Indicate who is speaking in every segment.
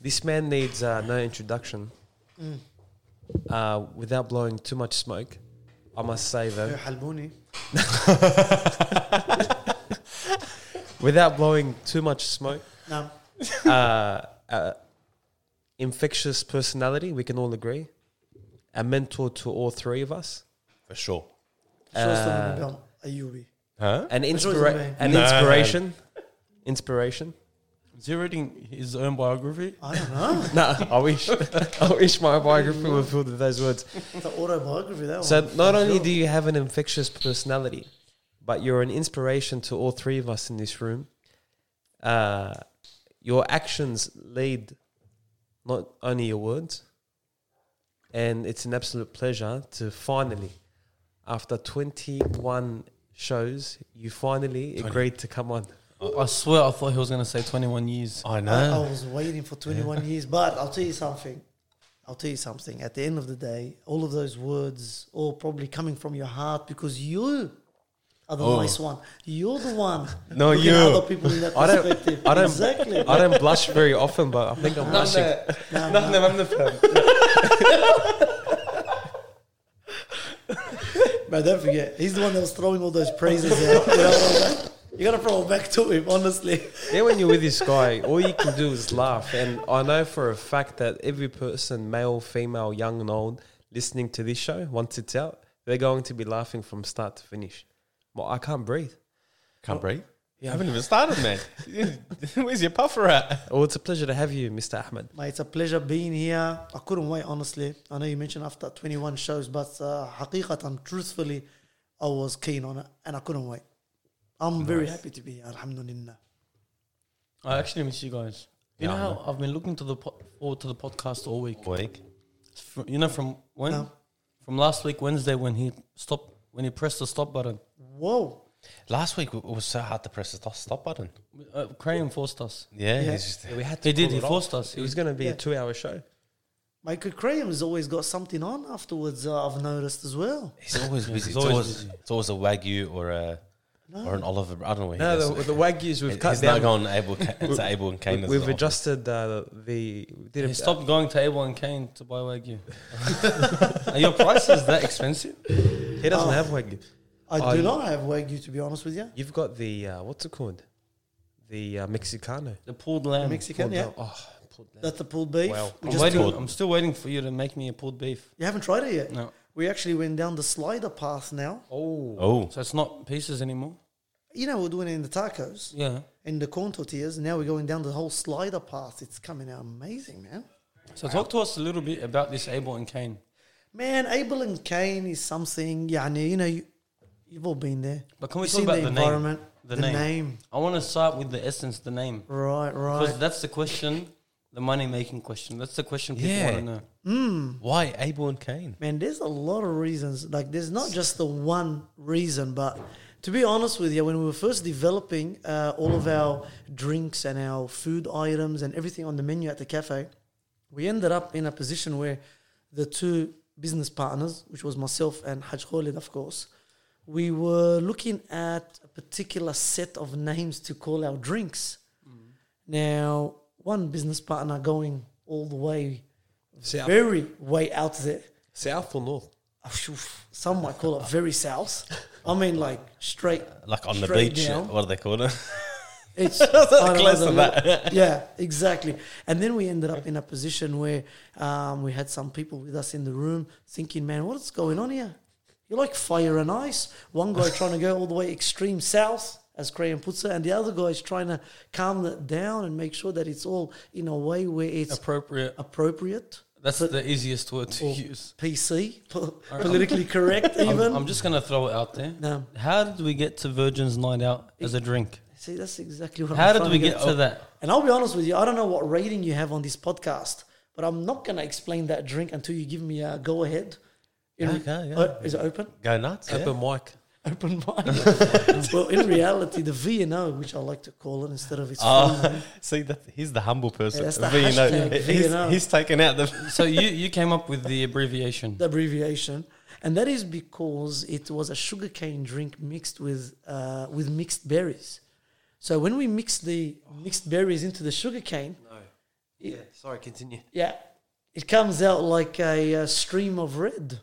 Speaker 1: This man needs uh, no introduction. Uh, without blowing too much smoke, I must say though,
Speaker 2: حلبوني
Speaker 1: without blowing too much smoke,
Speaker 2: نعم
Speaker 1: uh, uh, infectious personality, we can all agree. A mentor to all three of us.
Speaker 3: for sure.
Speaker 2: شو اسمه بالنظام؟ ايوبي
Speaker 3: Huh?
Speaker 1: An,
Speaker 2: Which one's the
Speaker 1: inspira-
Speaker 2: man?
Speaker 1: an
Speaker 3: No.
Speaker 1: inspiration. Inspiration.
Speaker 4: Is he reading his own biography?
Speaker 2: I don't know.
Speaker 1: No, I wish I wish my biography were filled with those words.
Speaker 2: It's an autobiography, that
Speaker 1: So
Speaker 2: one.
Speaker 1: not
Speaker 2: Oh, For
Speaker 1: only
Speaker 2: sure.
Speaker 1: do you have an infectious personality, but you're an inspiration to all three of us in this room. Uh, your actions lead not only your words, and it's an absolute pleasure to finally, after 21 shows, you finally agreed to come on.
Speaker 4: I swear I thought he was going to say 21 years.
Speaker 3: I
Speaker 2: I, I
Speaker 3: know.
Speaker 2: was waiting for 21 years, but I'll tell you something. I'll tell you something. At the end of the day, all of those words, all probably coming from your heart, because you are the
Speaker 3: Oh.
Speaker 2: nice one. You're the one.
Speaker 3: No,
Speaker 2: looking
Speaker 3: you.
Speaker 2: at Other people in that
Speaker 1: I don't-
Speaker 2: perspective.
Speaker 1: I don't-
Speaker 2: Exactly.
Speaker 1: I don't blush very often, but I think I'm blushing.
Speaker 2: No, no. But don't forget, he's the one that was throwing all those praises out. You know what I'm saying? You gotta throw it back to him, honestly.
Speaker 1: Yeah, when you're with this guy, all you can do is laugh. And I know for a fact that every person, male, female, young and old, listening to this show, once it's out, they're going to be laughing from start to finish. Well, I can't breathe.
Speaker 3: Can't breathe. You haven't even started, man. Where's your puffer at?
Speaker 1: Well, it's a pleasure to have you, Mr. Ahmed.
Speaker 2: Mate, it's a pleasure being here. I couldn't wait, honestly. I know you mentioned after 21 shows, but uh, haqiqatan, truthfully, I was keen on it and I couldn't wait. I'm very happy to be here, alhamdulillah.
Speaker 4: I actually miss you guys. You know
Speaker 3: Yeah, I
Speaker 4: how I've been looking to the po- forward to the podcast all week.
Speaker 3: Week.
Speaker 4: Fr- You know from when?
Speaker 2: No.
Speaker 4: From last week Wednesday when he stopped when he pressed the stop button.
Speaker 2: Whoa.
Speaker 3: Last week it was so hard to press the stop- stop button.
Speaker 4: Uh, Crane forced us.
Speaker 3: Yeah,
Speaker 2: Yeah.
Speaker 3: he's just
Speaker 1: We had
Speaker 4: He did.
Speaker 1: call
Speaker 4: He
Speaker 1: it off.
Speaker 4: forced us.
Speaker 1: It was going to be a
Speaker 2: Yeah.
Speaker 1: two hour show.
Speaker 2: Michael Graham's always got something on afterwards, uh, I've noticed as well.
Speaker 3: he's always busy.
Speaker 4: he's
Speaker 3: it's,
Speaker 4: always
Speaker 3: always,
Speaker 4: busy.
Speaker 3: it's always a wagyu or a or an Oliver. I don't know. Where he
Speaker 1: No,
Speaker 3: goes.
Speaker 1: the, the Wagyu's, we've
Speaker 3: He's
Speaker 1: cut
Speaker 3: now
Speaker 1: down.
Speaker 3: gone able. Ca- it's able and Kane.
Speaker 1: We've adjusted uh, the. we Did
Speaker 4: He
Speaker 1: a,
Speaker 4: stopped going to Abel and Kane to buy Wagyu. Are your prices that expensive?
Speaker 1: he doesn't have Wagyu.
Speaker 2: I
Speaker 1: Oh,
Speaker 2: do
Speaker 1: you-
Speaker 2: not have Wagyu, to be honest with you.
Speaker 1: You've got the, uh, what's it called? The uh, Mexicano.
Speaker 4: The pulled lamb.
Speaker 2: Mexican, yeah.
Speaker 1: Oh, pulled down.
Speaker 2: That's the pulled beef.
Speaker 1: Wow.
Speaker 2: We
Speaker 4: I'm,
Speaker 2: just-
Speaker 4: waiting,
Speaker 3: pulled.
Speaker 4: I'm still waiting for you to make me a pulled beef.
Speaker 2: you haven't tried it yet?
Speaker 4: No.
Speaker 2: We actually went down the slider path now.
Speaker 1: Oh.
Speaker 3: Oh,
Speaker 4: So it's not pieces anymore?
Speaker 2: You know, we're doing it in the tacos,
Speaker 4: Yeah.
Speaker 2: in the corn tortillas. Now we're going down the whole slider path. It's coming out amazing, man.
Speaker 4: So talk to us a little bit about this Abel and Kane.
Speaker 2: Man, Abel and Cain is something, yani, you know, you, you've all been there.
Speaker 4: But can we
Speaker 2: You've
Speaker 4: talk
Speaker 2: seen
Speaker 4: about the name?
Speaker 2: environment,
Speaker 4: The
Speaker 2: the,
Speaker 4: name.
Speaker 2: name.
Speaker 4: I want to start with the essence, the name.
Speaker 2: Right,
Speaker 4: Because
Speaker 2: right.
Speaker 4: that's the question, the money making question. That's the question people
Speaker 3: Yeah.
Speaker 4: want to know.
Speaker 3: why Abel and Kane?
Speaker 2: Man, there's a lot of reasons. Like, there's not just the one reason, but to be honest with you, when we were first developing uh, all of our drinks and our food items and everything on the menu at the cafe, we ended up in a position where the two business partners, which was myself and Haj Khalid, of course, we were looking at a particular set of names to call our drinks. Now, one business partner going all the way,
Speaker 1: South.
Speaker 2: very way out there.
Speaker 1: South or north?
Speaker 2: Some might call it very south. I mean, like straight.
Speaker 3: Like on the
Speaker 2: straight
Speaker 3: beach.
Speaker 2: down.
Speaker 3: What do they call it?
Speaker 2: It's
Speaker 3: Close
Speaker 2: close
Speaker 3: to that.
Speaker 2: yeah, exactly. And then we ended up in a position where um, we had some people with us in the room thinking, man, what's going on here? You're like fire and ice. One guy trying to go all the way extreme south, as Crayon puts it, and the other guy is trying to calm it down and make sure that it's all in a way where it's
Speaker 4: Appropriate.
Speaker 2: appropriate.
Speaker 4: That's
Speaker 2: But-
Speaker 4: the easiest word to
Speaker 2: or
Speaker 4: use.
Speaker 2: PC, po- politically correct,
Speaker 4: I'm,
Speaker 2: even.
Speaker 4: I'm just going to throw it out there.
Speaker 2: No.
Speaker 4: How did we get to Virgin's Night Out as a drink?
Speaker 2: See, that's exactly what
Speaker 4: How
Speaker 2: I'm
Speaker 4: did
Speaker 2: trying
Speaker 4: we
Speaker 2: to
Speaker 4: get to that?
Speaker 2: And I'll be honest with you, I don't know what rating you have on this podcast, but I'm not going to explain that drink until you give me a go ahead. In re-
Speaker 3: Okay, yeah.
Speaker 2: Oh, is it open?
Speaker 3: Go nuts. yeah.
Speaker 1: Open mic.
Speaker 2: Open mind. well, in reality, the V and O, which I like to call it instead of its full name.
Speaker 3: Oh, see, that, he's the humble person.
Speaker 2: that's the
Speaker 3: you know,
Speaker 2: hashtag, you know.
Speaker 3: he's, he's taken out the.
Speaker 4: So you, you came up with the abbreviation.
Speaker 2: the abbreviation, and that is because it was a sugarcane drink mixed with uh, with mixed berries. So when we mix the mixed berries into the sugarcane,
Speaker 1: Yeah, sorry, continue.
Speaker 2: Yeah, it comes out like a, uh stream of red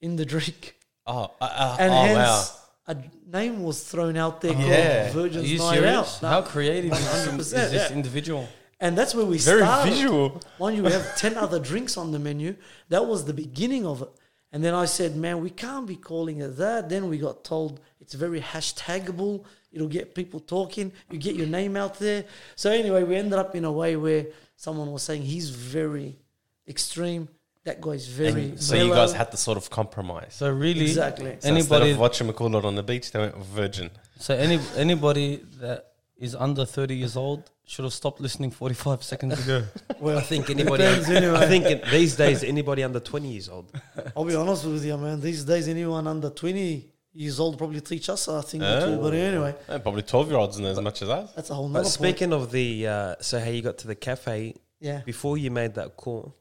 Speaker 2: in the drink,
Speaker 3: Oh, uh, uh,
Speaker 2: and
Speaker 3: oh wow.
Speaker 2: hence a name was thrown out there called
Speaker 3: Yeah.
Speaker 4: Are
Speaker 2: Virgin's
Speaker 4: you
Speaker 2: Night
Speaker 4: serious?
Speaker 2: Out. No.
Speaker 4: How creative is this- is
Speaker 2: 100%,
Speaker 4: this
Speaker 2: yeah.
Speaker 4: individual?
Speaker 2: And that's where we
Speaker 3: Very
Speaker 2: started.
Speaker 3: visual.
Speaker 2: Mind you, we have 10 other drinks on the menu. That was the beginning of it. And then I said, man, we can't be calling it that. Then we got told it's very hashtagable. It'll get people talking. You get your name out there. So anyway, we ended up in a way where someone was saying he's very extreme. That guy's very.
Speaker 3: And so you guys
Speaker 2: mellow."
Speaker 3: had to sort of compromise.
Speaker 4: So really,
Speaker 2: Exactly.
Speaker 3: So instead
Speaker 4: anybody,
Speaker 3: of watching McCullough on the beach, they went virgin.
Speaker 4: so any anybody that is under thirty years old should have stopped listening forty five seconds ago.
Speaker 1: I
Speaker 2: Well,
Speaker 1: think anybody.
Speaker 2: Depends anyway.
Speaker 1: I think it- these days anybody under twenty years old.
Speaker 2: I'll be honest with you, man. These days, anyone under 20 years old probably teach us a thing or two. But anyway,
Speaker 3: Eh, probably 12 year olds know as much as us.
Speaker 2: that's a whole
Speaker 1: Oh. But
Speaker 2: nother point.
Speaker 1: speaking of the uh, so how you got to the cafe
Speaker 2: Yeah. mm,
Speaker 1: before you made that call,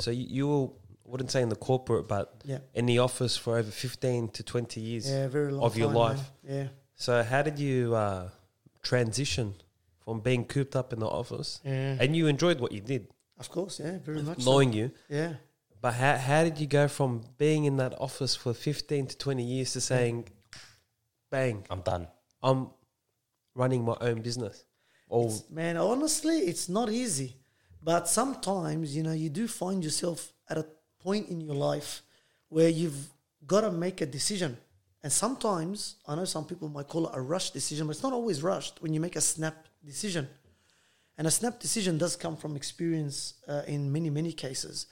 Speaker 1: so you, you were I wouldn't say in the corporate, but
Speaker 2: Yeah.
Speaker 1: in the office for over fifteen to twenty years.
Speaker 2: Yeah, very long
Speaker 1: of your
Speaker 2: time, man.
Speaker 1: life.
Speaker 2: Yeah.
Speaker 1: So how did you uh, transition from being cooped up in the office,
Speaker 2: Yeah.
Speaker 1: and you enjoyed what you did,
Speaker 2: Of course, yeah, very much. so.
Speaker 1: knowing you,
Speaker 2: Yeah.
Speaker 1: but how how did you go from being in that office for fifteen to twenty years to saying, bang,
Speaker 3: I'm done.
Speaker 1: I'm running my own business, or
Speaker 2: It's- man, honestly, it's not easy. But sometimes, you know, you do find yourself at a point in your life where you've got to make a decision. And sometimes, I know some people might call it a rush decision, but it's not always rushed when you make a snap decision. And a snap decision does come from experience uh, in many, many cases.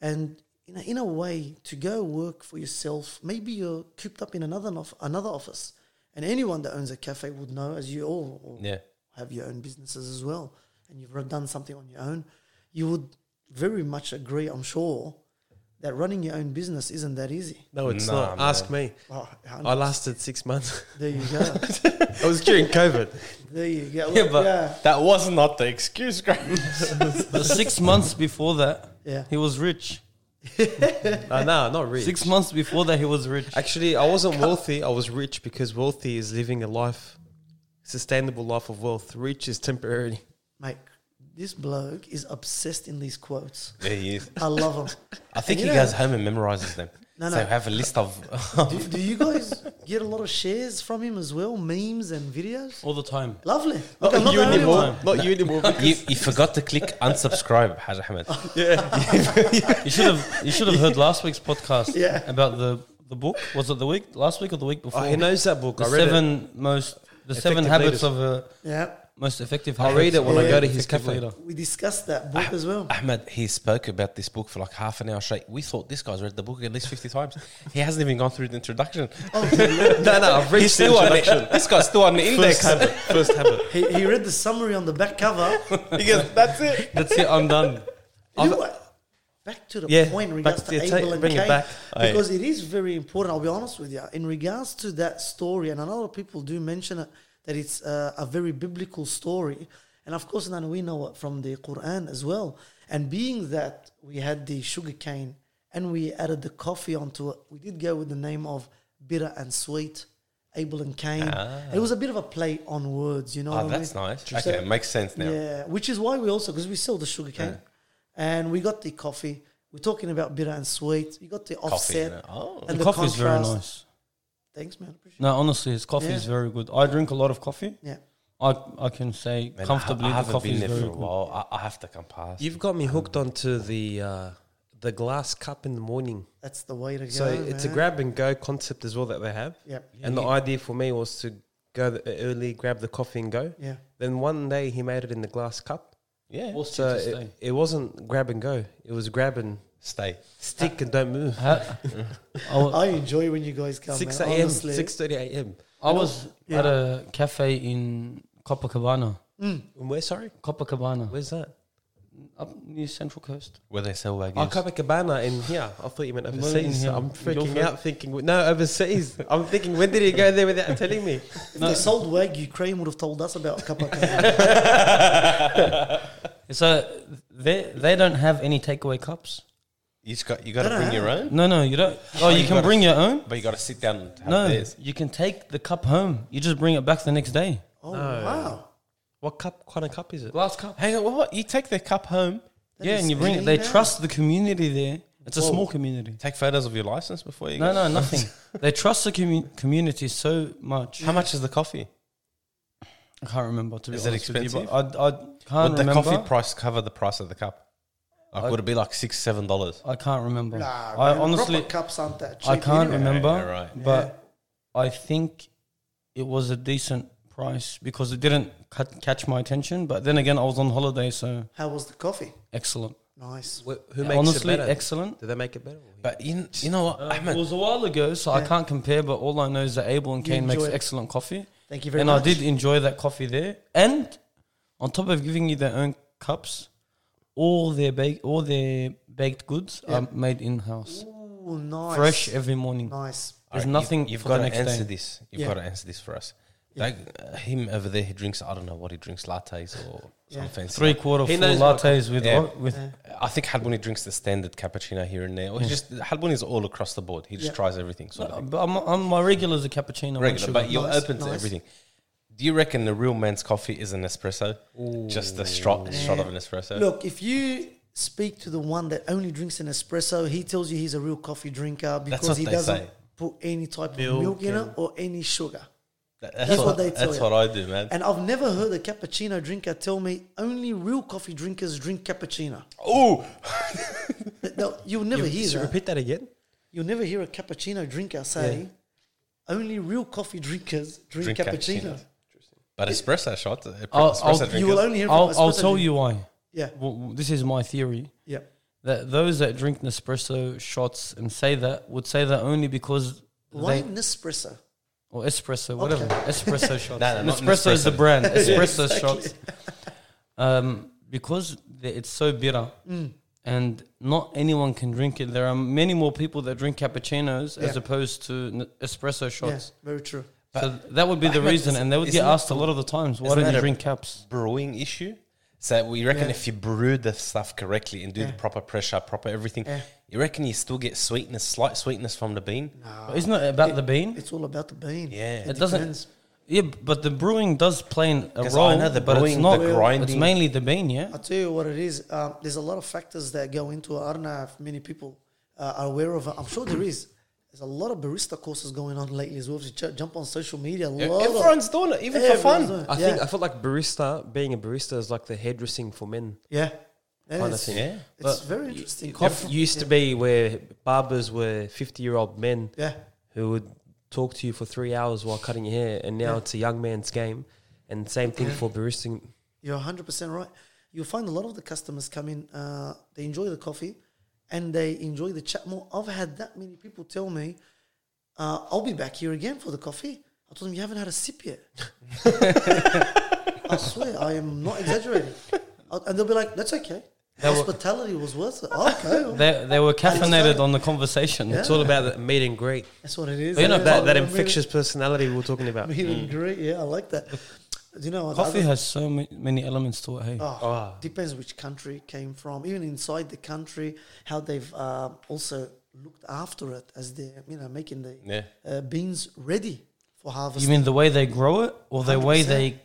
Speaker 2: And in a, in a way, to go work for yourself, maybe you're cooped up in another nof- another office. And anyone that owns a cafe would know, as you all or
Speaker 3: Yeah.
Speaker 2: have your own businesses as well, and you've done something on your own, you would very much agree, I'm sure, that running your own business isn't that easy.
Speaker 1: no, it's
Speaker 3: Nah,
Speaker 1: not. Ask me.
Speaker 2: Oh, hun-
Speaker 1: I lasted six months.
Speaker 2: there you go.
Speaker 1: I was during COVID.
Speaker 2: there you go.
Speaker 4: Yeah, but-
Speaker 2: yeah,
Speaker 3: That was not the excuse, Graham.
Speaker 4: But six months before that,
Speaker 2: yeah.
Speaker 4: he was rich.
Speaker 1: No, no, Uh, not rich.
Speaker 4: Six months before that, he was rich.
Speaker 1: Actually, I wasn't wealthy. I was rich because wealthy is living a life, sustainable life of wealth. Rich is temporary.
Speaker 2: Mate, this bloke is obsessed in these quotes.
Speaker 3: yeah, he is.
Speaker 2: I love them.
Speaker 3: I think
Speaker 2: you
Speaker 3: he
Speaker 2: know-
Speaker 3: goes home and memorizes them.
Speaker 2: No,
Speaker 3: So
Speaker 2: no.
Speaker 3: have a list of.
Speaker 2: Do, do you guys get a lot of shares from him as well? Memes and videos?
Speaker 4: all the time.
Speaker 2: Lovely. Okay, I'm not
Speaker 1: you
Speaker 2: the only
Speaker 1: anymore.
Speaker 2: one.
Speaker 1: Not you anymore.
Speaker 3: you, you forgot to click unsubscribe, Haj Ahmed.
Speaker 1: Oh,
Speaker 4: You should have you should have heard last week's podcast
Speaker 2: Yeah.
Speaker 4: about the the book. Was it the week last week or the week before?
Speaker 1: Oh, he knows that book.
Speaker 4: the
Speaker 1: I read it.
Speaker 4: seven most the seven
Speaker 1: Effective leaders.
Speaker 4: habits of a
Speaker 2: Yeah,
Speaker 4: most effective.
Speaker 1: I'll read
Speaker 4: habits
Speaker 1: it when
Speaker 4: of
Speaker 2: I
Speaker 4: an
Speaker 2: go to
Speaker 1: his
Speaker 4: effective
Speaker 1: cafe.
Speaker 4: leader.
Speaker 2: we discussed that book as well.
Speaker 3: Ah, Ahmed, he spoke about this book for like half an hour straight. We thought this guy's read the book at least 50 times. He hasn't even gone through the introduction.
Speaker 1: No, no, I've read
Speaker 3: He's
Speaker 1: the
Speaker 3: still on
Speaker 1: introduction.
Speaker 3: the, this guy's still on the
Speaker 1: First
Speaker 3: index.
Speaker 1: habit. First habit.
Speaker 2: He, he read the summary on the back cover.
Speaker 3: He goes, that's it.
Speaker 4: That's it. I'm done.
Speaker 2: You know what? Back to the
Speaker 1: Yeah,
Speaker 2: point in
Speaker 1: back
Speaker 2: regards
Speaker 1: to
Speaker 2: to
Speaker 1: your
Speaker 2: Abel
Speaker 1: ta-
Speaker 2: and
Speaker 1: bring it
Speaker 2: Cain,
Speaker 1: back.
Speaker 3: Aye.
Speaker 2: because it is very important. I'll be honest with you. In regards to that story, and a lot of people do mention it that it's uh, a very biblical story, and of course, then we know it from the Quran as well. And being that we had the sugar cane and we added the coffee onto it, we did go with the name of bitter and sweet. Abel and Cain.
Speaker 1: Ah.
Speaker 2: It was a bit of a play on words, you know.
Speaker 3: Oh,
Speaker 2: what I
Speaker 3: that's
Speaker 2: mean?
Speaker 3: nice.
Speaker 2: So-
Speaker 3: Okay, it makes sense now.
Speaker 2: yeah, which is why we also because we sell the sugar cane, and we got the coffee. We're talking about bitter and sweet. We got the
Speaker 3: Coffee.
Speaker 2: offset
Speaker 3: you know. Oh.
Speaker 2: and
Speaker 4: the
Speaker 2: the,
Speaker 4: coffee is very
Speaker 2: contrast.
Speaker 4: nice.
Speaker 2: Thanks, man. Appreciate
Speaker 4: No, honestly, his coffee is very good. I drink a lot of coffee.
Speaker 2: it. Yeah,
Speaker 4: I I can say
Speaker 3: Man,
Speaker 4: comfortably
Speaker 3: I, I
Speaker 4: the
Speaker 3: haven't
Speaker 4: coffee
Speaker 3: been
Speaker 4: is
Speaker 3: there
Speaker 4: very
Speaker 3: for a
Speaker 4: good.
Speaker 3: while. I, I have to come past.
Speaker 1: You've got me hooked onto the uh, the glass cup in the morning.
Speaker 2: that's the way to go.
Speaker 1: So it's a
Speaker 2: man.
Speaker 1: grab and go concept as well that they have.
Speaker 2: Yeah,
Speaker 1: And the idea for me was to go th- early, grab the coffee and go.
Speaker 2: yeah.
Speaker 1: Then one day he made it in the glass cup.
Speaker 3: yeah,
Speaker 4: What's
Speaker 1: So
Speaker 4: to
Speaker 1: it,
Speaker 4: stay?
Speaker 1: it wasn't grab and go. It was grab and
Speaker 3: stay.
Speaker 1: stick and don't move.
Speaker 4: Ha- I wa-
Speaker 2: I enjoy when you guys come.
Speaker 1: Six
Speaker 2: man,
Speaker 1: a.m.
Speaker 2: honestly.
Speaker 1: Six thirty a.m.
Speaker 4: I was at a cafe in Copacabana.
Speaker 1: And Where sorry?
Speaker 4: Copacabana,
Speaker 1: Where's that?
Speaker 4: up near Central Coast.
Speaker 3: Where they sell
Speaker 1: Oh,
Speaker 3: wagyu.
Speaker 1: Copacabana in here. I thought you meant
Speaker 4: in
Speaker 1: overseas.
Speaker 4: here.
Speaker 1: I'm freaking
Speaker 4: Norfolk.
Speaker 1: out thinking, no, overseas. I'm thinking, when did he go there without telling me?
Speaker 2: If they sold wagyu, Ukraine would have told us about Kappa.
Speaker 4: So they they don't have any takeaway cups.
Speaker 3: You just got you got
Speaker 2: No,
Speaker 3: to
Speaker 2: no,
Speaker 3: bring
Speaker 2: no.
Speaker 3: your own,
Speaker 4: No, no, you don't. Oh, you
Speaker 3: you
Speaker 4: can
Speaker 3: gotta-
Speaker 4: bring your own.
Speaker 3: but you got to sit down and have
Speaker 4: No,
Speaker 3: theirs.
Speaker 4: you can take the cup home. You just bring it back the next day.
Speaker 2: Oh wow!
Speaker 1: What cup? Kind of cup is it?
Speaker 4: Glass cup.
Speaker 3: Hang on, what, what? You take the cup home,
Speaker 4: yeah,
Speaker 2: is
Speaker 4: and you bring it.
Speaker 2: clean
Speaker 4: They
Speaker 2: now.
Speaker 4: trust the community there. It's a
Speaker 2: Whoa.
Speaker 4: small community.
Speaker 3: take photos of your license before you go.
Speaker 4: No, no, nothing. they trust the commu- community so much.
Speaker 3: How much is the coffee?
Speaker 4: I can't remember to be
Speaker 3: Is it
Speaker 4: honest with you,
Speaker 3: expensive?
Speaker 4: but I, I can't
Speaker 3: Would the
Speaker 4: remember.
Speaker 3: coffee price cover the price of the cup? Like,
Speaker 4: I-
Speaker 3: would it be like six, seven dollars?
Speaker 4: I can't remember.
Speaker 2: Nah,
Speaker 4: I
Speaker 2: man,
Speaker 4: honestly,
Speaker 2: proper cups aren't that cheap.
Speaker 4: I can't
Speaker 2: anyway.
Speaker 4: remember.
Speaker 3: Yeah, right.
Speaker 4: But I think it was a decent price because it didn't cut, catch my attention. But then again, I was on holiday, so
Speaker 2: How was the coffee?
Speaker 4: excellent.
Speaker 2: Nice.
Speaker 1: Wh- Who
Speaker 4: Yeah,
Speaker 1: makes
Speaker 4: honestly,
Speaker 1: it better?
Speaker 4: excellent.
Speaker 1: Do they make it better? or-
Speaker 3: But you, you know what,
Speaker 4: Uh, it
Speaker 3: Ahmed,
Speaker 4: was a while ago, so I
Speaker 2: Yeah.
Speaker 4: can't compare. But all I know is that Abel and
Speaker 2: You
Speaker 4: Kane makes
Speaker 2: enjoy it.
Speaker 4: excellent coffee,
Speaker 2: Thank you very
Speaker 4: and
Speaker 2: much.
Speaker 4: I did enjoy that coffee there. And on top of giving you their own cups, all their bake, all their baked goods are made in house,
Speaker 2: Ooh, nice.
Speaker 4: fresh every morning.
Speaker 2: Nice.
Speaker 4: There's
Speaker 3: Alright,
Speaker 4: nothing
Speaker 3: You've, you've
Speaker 4: for
Speaker 3: got to
Speaker 4: the next
Speaker 3: answer
Speaker 4: day.
Speaker 3: this. You've
Speaker 2: Yeah.
Speaker 3: got to answer this for us. Like, uh, him over there, he drinks. I don't know what he drinks. Lattes or some
Speaker 2: Yeah.
Speaker 3: fancy.
Speaker 4: Three quarter
Speaker 1: He
Speaker 4: full
Speaker 1: knows what-
Speaker 4: lattes with
Speaker 3: Yeah.
Speaker 4: what? with
Speaker 2: Yeah.
Speaker 3: I think Hadbuni drinks the standard cappuccino here and there. Or he just Hadbuni is all across the board. He just
Speaker 2: Yeah.
Speaker 3: tries everything. Sort
Speaker 4: No,
Speaker 3: of thing.
Speaker 4: but I'm, I'm, my regular is a cappuccino. one
Speaker 3: regular,
Speaker 4: sugar.
Speaker 3: but you're
Speaker 2: Nice,
Speaker 3: open to
Speaker 2: nice.
Speaker 3: everything. Do you reckon the real man's coffee is an espresso? Just the shot, shot of an espresso.
Speaker 2: Look, if you speak to the one that only drinks an espresso, he tells you he's a real coffee drinker
Speaker 3: what
Speaker 2: because he
Speaker 3: they
Speaker 2: doesn't
Speaker 3: say.
Speaker 2: put any type
Speaker 1: Milk
Speaker 2: of milk in it
Speaker 1: and-
Speaker 2: or any sugar.
Speaker 3: That- that's,
Speaker 2: That's
Speaker 3: what,
Speaker 2: what they tell
Speaker 3: That's
Speaker 2: you.
Speaker 3: what I do, man.
Speaker 2: And I've never heard a cappuccino drinker tell me only real coffee drinkers drink cappuccino.
Speaker 3: Oh,
Speaker 2: Th- th- You'll never hear
Speaker 1: So
Speaker 2: that.
Speaker 1: repeat that again.
Speaker 2: You'll never hear a cappuccino drinker say only real coffee drinkers drink,
Speaker 3: Drink
Speaker 2: cappuccino.
Speaker 3: cappuccinos. but espresso shot. uh,
Speaker 4: I'll-
Speaker 3: espresso
Speaker 4: I'll-
Speaker 3: drinkers.
Speaker 2: You will only hear from
Speaker 4: I'll, I'll
Speaker 2: espresso
Speaker 4: tell
Speaker 2: drink-
Speaker 4: you why.
Speaker 2: Yeah,
Speaker 4: Well, this is my theory
Speaker 2: yeah.
Speaker 4: that those that drink Nespresso shots and say that would say that only because
Speaker 2: Why
Speaker 4: they
Speaker 2: Nespresso?
Speaker 4: or espresso, whatever espresso shots.
Speaker 3: No, no, not
Speaker 4: Nespresso is the
Speaker 3: Nespresso.
Speaker 4: brand. Espresso
Speaker 2: exactly.
Speaker 4: shots. Um, because the- it's so bitter.
Speaker 3: Mm.
Speaker 4: And not anyone can drink it. There are many more people that drink cappuccinos as
Speaker 2: Yeah.
Speaker 4: opposed to n- espresso shots.
Speaker 2: Yeah, very true.
Speaker 4: so that would be the
Speaker 3: Ahmed,
Speaker 4: reason,
Speaker 3: is-
Speaker 4: and they would get
Speaker 3: isn't that
Speaker 4: asked a lot of the times, "Why
Speaker 3: isn't
Speaker 4: don't
Speaker 3: that
Speaker 4: you
Speaker 3: a-
Speaker 4: drink caps?"
Speaker 3: brewing issue. So we reckon
Speaker 2: Yeah.
Speaker 3: if you brew the stuff correctly and do the
Speaker 2: Yeah.
Speaker 3: proper pressure, proper everything,
Speaker 2: Yeah.
Speaker 3: you reckon you still get sweetness, slight sweetness from the bean.
Speaker 2: Nah,
Speaker 4: Isn't it about the bean?
Speaker 2: it's all about the bean.
Speaker 3: Yeah.
Speaker 4: It, doesn't.
Speaker 2: depends.
Speaker 4: Yeah, but the brewing does play an- a
Speaker 3: 'Cause
Speaker 4: role.
Speaker 3: I know the
Speaker 4: but
Speaker 3: brewing,
Speaker 4: it's not.
Speaker 3: the grinding.
Speaker 4: It's mainly the bean, yeah.
Speaker 2: I'll tell you what it is. Um, there's a lot of factors that go into it. I don't know if many people uh, are aware of it. I'm sure there is. There's a lot of barista courses going on lately as well. If you ch- jump on social media, a lot of-
Speaker 3: Everyone's doing it, even for
Speaker 2: everyone's
Speaker 3: fun.
Speaker 2: doing it.
Speaker 1: I
Speaker 2: yeah.
Speaker 1: think I felt like barista being a barista is like the hairdressing for men.
Speaker 2: yeah. That
Speaker 1: Kind of
Speaker 2: is-
Speaker 1: thing.
Speaker 3: Yeah.
Speaker 2: It's very interesting.
Speaker 1: Coffee used to be where barbers were fifty-year-old men
Speaker 2: Yeah.
Speaker 1: who would talk to you for three hours while cutting your hair, and now
Speaker 2: Yeah.
Speaker 1: it's a young man's game. And same thing for baristing.
Speaker 2: You're 100% right. You'll find a lot of the customers come in, uh, they enjoy the coffee and they enjoy the chat more. I've had that many people tell me, uh, I'll be back here again for the coffee. I told them, You haven't had a sip yet. I swear, I am not exaggerating. Uh, And they'll be like, That's okay.
Speaker 4: were-
Speaker 2: Hospitality was worth it. Okay.
Speaker 4: They, they were caffeinated
Speaker 2: so-
Speaker 4: on the conversation.
Speaker 1: It's all about the meet and greet.
Speaker 2: That's what it is.
Speaker 1: You know
Speaker 2: Yeah.
Speaker 1: that, that
Speaker 2: I mean,
Speaker 1: infectious Mm. personality we were talking about.
Speaker 2: meet and greet. Yeah, I like that. Do you know what?
Speaker 4: Coffee
Speaker 2: other-
Speaker 4: has so ma- many elements to it. Hey,
Speaker 2: Oh,
Speaker 1: Ah.
Speaker 2: Depends which country it came from, even inside the country, how they've uh, also looked after it as they're you know making the
Speaker 3: Yeah.
Speaker 2: uh, beans ready for harvest,
Speaker 4: you mean the way they grow it, or the way
Speaker 2: 100%.
Speaker 4: they?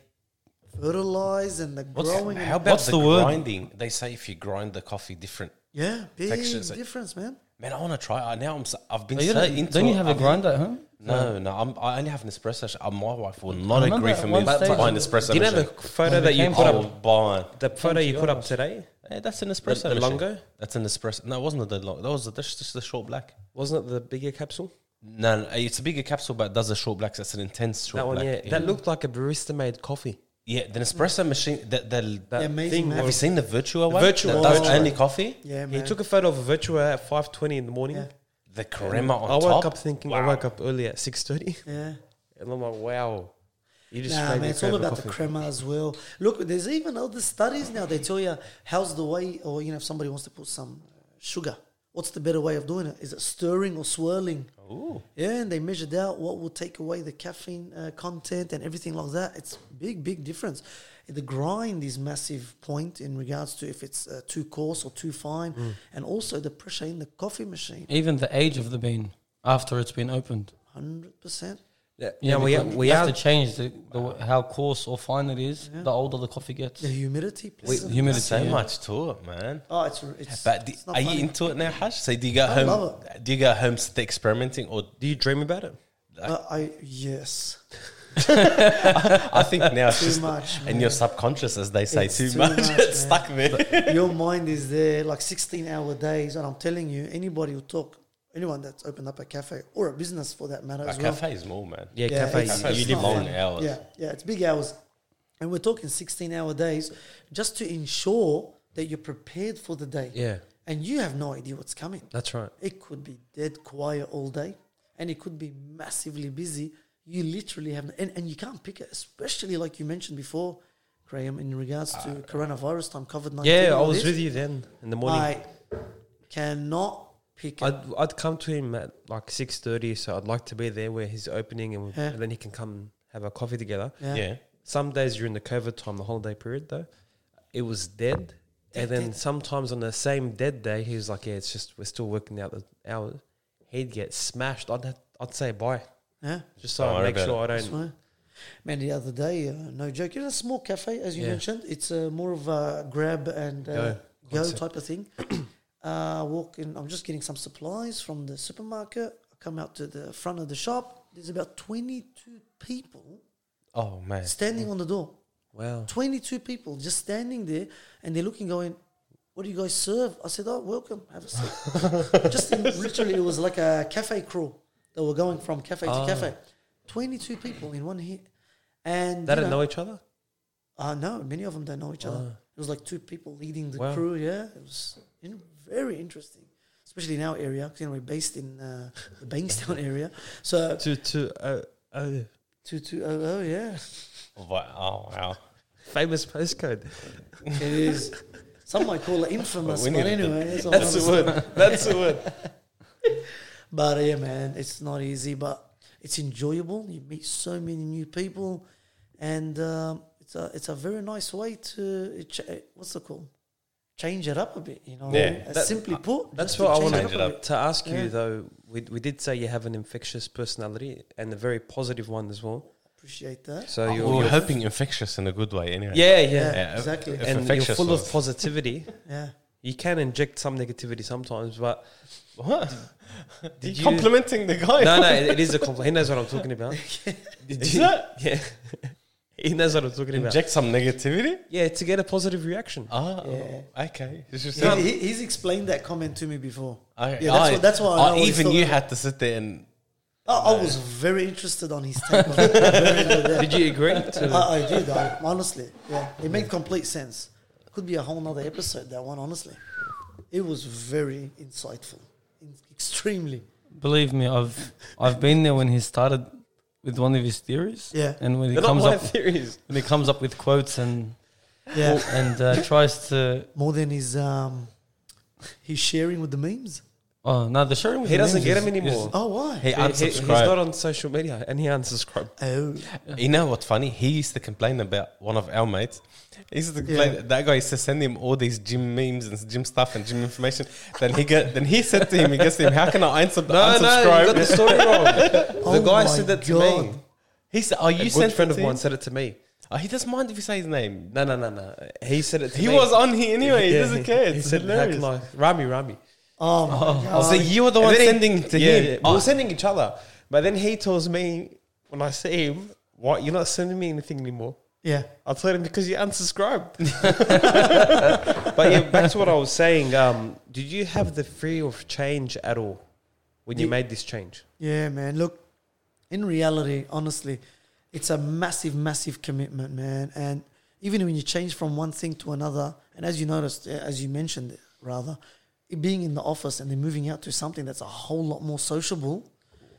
Speaker 2: fertilize and the growing.
Speaker 3: How
Speaker 2: and
Speaker 3: about
Speaker 4: What's
Speaker 3: the,
Speaker 4: the word?
Speaker 3: grinding? They say if you grind the coffee different.
Speaker 2: yeah, big
Speaker 3: Textures.
Speaker 2: difference, man.
Speaker 3: Man, I want to try. I now I'm. So, I've been
Speaker 4: Oh, you
Speaker 3: so
Speaker 4: don't,
Speaker 3: into.
Speaker 4: don't you
Speaker 3: it.
Speaker 4: have a
Speaker 3: I've-
Speaker 4: grinder at home?
Speaker 3: No, no. I'm, I only have an espresso. shot. Uh, my wife will not
Speaker 4: remember
Speaker 3: agree
Speaker 4: at
Speaker 3: for
Speaker 4: one
Speaker 3: me to
Speaker 4: stage-
Speaker 3: buy an espresso.
Speaker 1: Do you know the
Speaker 3: machine.
Speaker 1: photo
Speaker 4: When
Speaker 1: that
Speaker 4: they
Speaker 1: you
Speaker 4: came
Speaker 1: put
Speaker 3: I will
Speaker 1: up?
Speaker 3: buy one.
Speaker 1: The photo you put up
Speaker 4: €20.
Speaker 1: today
Speaker 3: Hey, that's an espresso.
Speaker 1: the
Speaker 3: machine.
Speaker 1: Longo?
Speaker 3: That's an espresso. No, it wasn't the long. That was the, that's just the short black.
Speaker 1: wasn't it the bigger capsule?
Speaker 3: No, no, it's a bigger capsule, but it does the short blacks. That's an intense short
Speaker 1: that one,
Speaker 3: black.
Speaker 1: yeah. That looked like a barista made coffee.
Speaker 3: Yeah, the Nespresso machine. That, that,
Speaker 1: That
Speaker 2: Amazing,
Speaker 1: thing.
Speaker 2: man.
Speaker 3: have you
Speaker 1: was-
Speaker 3: seen the Virtua one?
Speaker 1: Virtua.
Speaker 3: that does
Speaker 2: Virtua.
Speaker 3: only coffee.
Speaker 2: Yeah,
Speaker 1: He
Speaker 2: man.
Speaker 1: took a photo of a Virtua at five twenty in the morning.
Speaker 2: Yeah.
Speaker 3: The crema on
Speaker 1: I woke
Speaker 3: top.
Speaker 1: up thinking I
Speaker 3: Wow.
Speaker 1: woke up early at six thirty,
Speaker 2: yeah.
Speaker 1: and I'm like, wow, you just
Speaker 2: Nah,
Speaker 1: made
Speaker 2: man,
Speaker 1: me
Speaker 2: it's all
Speaker 1: crave a
Speaker 2: about the
Speaker 1: coffee.
Speaker 2: crema as well. Look, there's even other studies now. They tell you how's the way, or you know, if somebody wants to put some uh, sugar, what's the better way of doing it? Is it stirring or swirling?
Speaker 3: Ooh.
Speaker 2: Yeah, and they measured out what will take away the caffeine uh, content and everything like that. It's big, big difference. The grind is massive point in regards to if it's uh, too coarse or too fine,
Speaker 3: Mm.
Speaker 2: and also the pressure in the coffee machine.
Speaker 4: Even the age of the bean after it's been opened.
Speaker 2: Hundred percent.
Speaker 1: Yeah, yeah, we,
Speaker 4: because
Speaker 1: we
Speaker 4: you
Speaker 1: are
Speaker 4: have to change the, the w- how coarse or fine it is. The older the coffee gets,
Speaker 2: The humidity, please.
Speaker 4: The humidity.
Speaker 3: so
Speaker 4: yeah.
Speaker 3: much to it, man.
Speaker 2: Oh, it's it's.
Speaker 3: But do,
Speaker 2: it's not
Speaker 3: are
Speaker 2: funny.
Speaker 3: you into it now, Hash? So do you go
Speaker 2: I
Speaker 3: home?
Speaker 2: love
Speaker 3: Do you go home st- experimenting, or
Speaker 1: Do you dream about it?
Speaker 2: Uh, I yes.
Speaker 3: I think now it's
Speaker 2: Too
Speaker 3: just
Speaker 2: much,
Speaker 3: in
Speaker 2: man.
Speaker 3: your subconscious, as they say,
Speaker 2: It's
Speaker 3: too,
Speaker 2: too
Speaker 3: much.
Speaker 2: much,
Speaker 3: it's
Speaker 2: man.
Speaker 3: stuck there.
Speaker 2: Your mind is there, like 16 hour days. And I'm telling you, anybody who talk, anyone that's opened up a cafe or a business for that matter
Speaker 3: Like
Speaker 2: as well.
Speaker 3: cafe is more, man.
Speaker 1: Yeah,
Speaker 2: Yeah,
Speaker 1: cafe.
Speaker 2: it's-
Speaker 3: Cafe,
Speaker 2: it's
Speaker 3: you live
Speaker 2: not
Speaker 3: long
Speaker 2: fun.
Speaker 3: hours.
Speaker 2: Yeah, yeah, it's big hours. And we're talking 16 hour days just to ensure that you're prepared for the day.
Speaker 1: Yeah,
Speaker 2: And you have no idea what's coming.
Speaker 1: that's right.
Speaker 2: It could be dead quiet all day, and it could be massively busy. You literally have, and, and you can't pick it, especially like you mentioned before, Graham, in regards to coronavirus time, COVID 19.
Speaker 1: Yeah, I was with you then in the morning.
Speaker 2: I cannot pick it.
Speaker 1: I'd, I'd come to him at like six thirty, so I'd like to be there where he's opening, and,
Speaker 2: Yeah.
Speaker 1: and then he can come have a coffee together.
Speaker 2: Yeah.
Speaker 3: yeah.
Speaker 1: Some days during the COVID time, the holiday period though, it was dead.
Speaker 2: Dead,
Speaker 1: and then
Speaker 2: dead.
Speaker 1: sometimes on the same dead day, he was like, "Yeah, it's just we're still working out the hours." He'd get smashed. I'd have, I'd say bye,
Speaker 2: Yeah.
Speaker 1: just so
Speaker 3: Don't
Speaker 1: Oh, I
Speaker 3: worry
Speaker 1: make
Speaker 3: about
Speaker 1: sure I
Speaker 2: That's
Speaker 1: don't.
Speaker 2: why. Man, the other day, uh, no joke, it's a small cafe, as you
Speaker 1: Yeah.
Speaker 2: mentioned. It's uh, more of a grab and uh,
Speaker 1: Go
Speaker 2: go,
Speaker 1: concept.
Speaker 2: type of thing. uh, walk in, I'm just getting some supplies from the supermarket. I come out to the front of the shop. There's about 22 people
Speaker 3: Oh man.
Speaker 2: standing on the door.
Speaker 1: Wow.
Speaker 2: 22 people just standing there and they're looking, going, What do you guys serve? I said, Oh, welcome, have a seat. just in, literally, it was like a cafe crew that were going from cafe
Speaker 1: Ah.
Speaker 2: to cafe. 22 people in one hit. And
Speaker 1: They
Speaker 2: you
Speaker 1: don't know each other.
Speaker 2: uh, no, many of them don't know each other. It was like two people leading the
Speaker 1: Wow.
Speaker 2: crew. Yeah, it was you know, very interesting, especially in our area. 'cause, you know, we're based in uh, the Bankstown area. So
Speaker 1: To to uh, uh,
Speaker 2: two two oh oh yeah,
Speaker 3: Wow. Oh wow.
Speaker 1: famous postcode.
Speaker 2: it is. Some might call it infamous,
Speaker 3: We
Speaker 2: but
Speaker 3: needed
Speaker 2: anyway, that's, all
Speaker 1: That's
Speaker 2: I'm
Speaker 1: the
Speaker 2: saying.
Speaker 1: word. That's the word.
Speaker 2: But yeah, man, it's not easy, but it's enjoyable. You meet so many new people, and um, it's a it's a very nice way to it cha- what's it called? Change it up a bit, you know.
Speaker 3: Yeah,
Speaker 2: Uh,
Speaker 1: that-
Speaker 2: simply put,
Speaker 1: That's
Speaker 2: just
Speaker 1: what I
Speaker 2: change
Speaker 1: wanted
Speaker 3: it up.
Speaker 2: a bit.
Speaker 1: to ask you
Speaker 2: Yeah.
Speaker 1: though. We, we did say you have an infectious personality and a very positive one as well.
Speaker 2: Appreciate that.
Speaker 1: So
Speaker 3: we
Speaker 1: you're,
Speaker 3: were
Speaker 1: you're-
Speaker 3: hoping infectious in a good way, anyway.
Speaker 1: yeah, yeah,
Speaker 2: Yeah.
Speaker 3: if-
Speaker 2: exactly.
Speaker 3: if
Speaker 1: and you're
Speaker 3: infectious
Speaker 1: full of
Speaker 3: was-
Speaker 1: positivity.
Speaker 2: Yeah.
Speaker 1: You can inject some negativity sometimes, but
Speaker 3: What?
Speaker 1: Did you-
Speaker 3: you complimenting the guy?
Speaker 1: no, no, it, it is a compliment. He knows what I'm talking about. Did
Speaker 3: Is
Speaker 1: you-
Speaker 3: that
Speaker 1: Yeah, he knows what I'm talking about.
Speaker 3: inject some negativity?
Speaker 1: yeah, to get a positive reaction.
Speaker 3: Ah,
Speaker 2: Yeah.
Speaker 3: okay. It's just
Speaker 2: He, he- he's explained that comment to me before. Yeah,
Speaker 3: I-
Speaker 2: that's
Speaker 3: I-
Speaker 2: what- that's what I
Speaker 3: I
Speaker 2: know what he's
Speaker 3: even
Speaker 2: talking
Speaker 3: you
Speaker 2: about.
Speaker 3: had to sit there and
Speaker 2: I, I was very interested on his take. on it. Very good, yeah.
Speaker 1: Did you agree? To,
Speaker 2: I, I did. I, honestly, yeah, it made complete sense. Could be a whole nother episode that one. Honestly, it was very insightful, in, extremely.
Speaker 4: believe me, I've I've been there when he started with one of his theories.
Speaker 2: Yeah.
Speaker 4: and when he
Speaker 1: they're not
Speaker 4: comes
Speaker 1: my
Speaker 4: up
Speaker 1: theories.
Speaker 4: when he comes up with quotes and
Speaker 2: Yeah,
Speaker 4: and uh, tries to.
Speaker 2: more than his um, his sharing with the memes.
Speaker 4: Oh no, the sharing with
Speaker 1: He
Speaker 4: the
Speaker 1: doesn't
Speaker 4: memes
Speaker 1: get
Speaker 4: is-
Speaker 1: him anymore.
Speaker 2: Oh, why?
Speaker 3: he
Speaker 1: He- he- he's
Speaker 3: unsubscribed.
Speaker 1: not on social media, and he unsubscribed.
Speaker 2: Oh,
Speaker 3: you know what's funny? He used to complain about one of our mates. He used to complain
Speaker 2: Yeah.
Speaker 3: that guy used to send him all these gym memes and gym stuff and gym information. Then he get then he said to him, he gets to him, how can I unsub-
Speaker 1: No, no, you
Speaker 3: unsubscribe?
Speaker 1: got the story wrong. the
Speaker 2: Oh
Speaker 1: guy
Speaker 2: my
Speaker 1: said that to me.
Speaker 2: God.
Speaker 3: he said, "Are you
Speaker 1: A
Speaker 3: sent
Speaker 1: good friend
Speaker 3: it
Speaker 1: of
Speaker 3: to him?
Speaker 1: mine said it to me.
Speaker 3: Oh, he doesn't mind if you say his name.
Speaker 1: No, no, no, no. He said it to
Speaker 3: He
Speaker 1: me.
Speaker 3: was on here anyway. He
Speaker 1: Yeah,
Speaker 3: doesn't care.
Speaker 1: He
Speaker 3: It's
Speaker 1: said, how
Speaker 3: hilarious.
Speaker 1: can I, Rami, Rami.
Speaker 2: oh my
Speaker 3: Oh, so
Speaker 2: god!
Speaker 3: you were the
Speaker 1: And
Speaker 3: one
Speaker 1: then he-
Speaker 3: sending to
Speaker 1: yeah,
Speaker 3: him.
Speaker 1: yeah, we
Speaker 3: Oh,
Speaker 1: were sending each other. But then he tells me, when I see him, why you're not sending me anything anymore?
Speaker 2: Yeah,
Speaker 1: I told him because you unsubscribed. but yeah, back to what I was saying. Um, did you have the fear of change at all when you
Speaker 2: Ye-
Speaker 1: made this change?
Speaker 2: yeah, man. Look, in reality, honestly, it's a massive, massive commitment, man. And even when you change from one thing to another, and as you noticed, uh, as you mentioned, rather, it being in the office and then moving out to something that's a whole lot more sociable,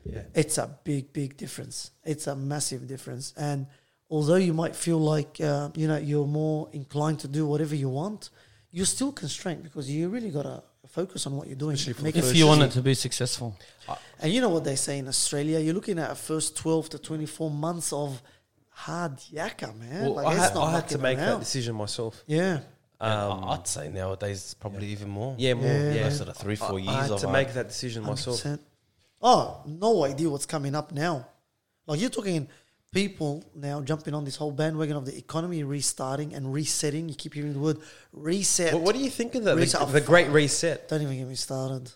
Speaker 1: Yeah.
Speaker 2: it's a big, big difference. It's a massive difference. And although you might feel like uh, you know you're more inclined to do whatever you want, you're still constrained because you really gotta focus on what you're doing. Make
Speaker 4: If you want it to be successful,
Speaker 2: and you know what they say in Australia? You're looking at a first 12 to 24 months of hard yakka, man.
Speaker 1: Well,
Speaker 2: like,
Speaker 1: I,
Speaker 2: it's
Speaker 1: had,
Speaker 2: not
Speaker 1: I had to
Speaker 2: mucking
Speaker 1: make that
Speaker 2: around.
Speaker 1: decision myself.
Speaker 2: Yeah.
Speaker 3: um, I'd say nowadays it's probably even more.
Speaker 1: Yeah, more.
Speaker 2: Yeah,
Speaker 1: Yeah,
Speaker 2: man.
Speaker 3: sort of three, four
Speaker 1: I
Speaker 3: years
Speaker 1: had
Speaker 3: of
Speaker 1: to
Speaker 3: uh,
Speaker 1: make that decision myself.
Speaker 2: 100%. Oh, no idea what's coming up now. Like you're talking people now jumping on this whole bandwagon of the economy restarting and resetting. You keep hearing the word reset.
Speaker 1: What, what do you think of that?
Speaker 2: Reset.
Speaker 1: The, the great reset.
Speaker 2: Don't even get me started.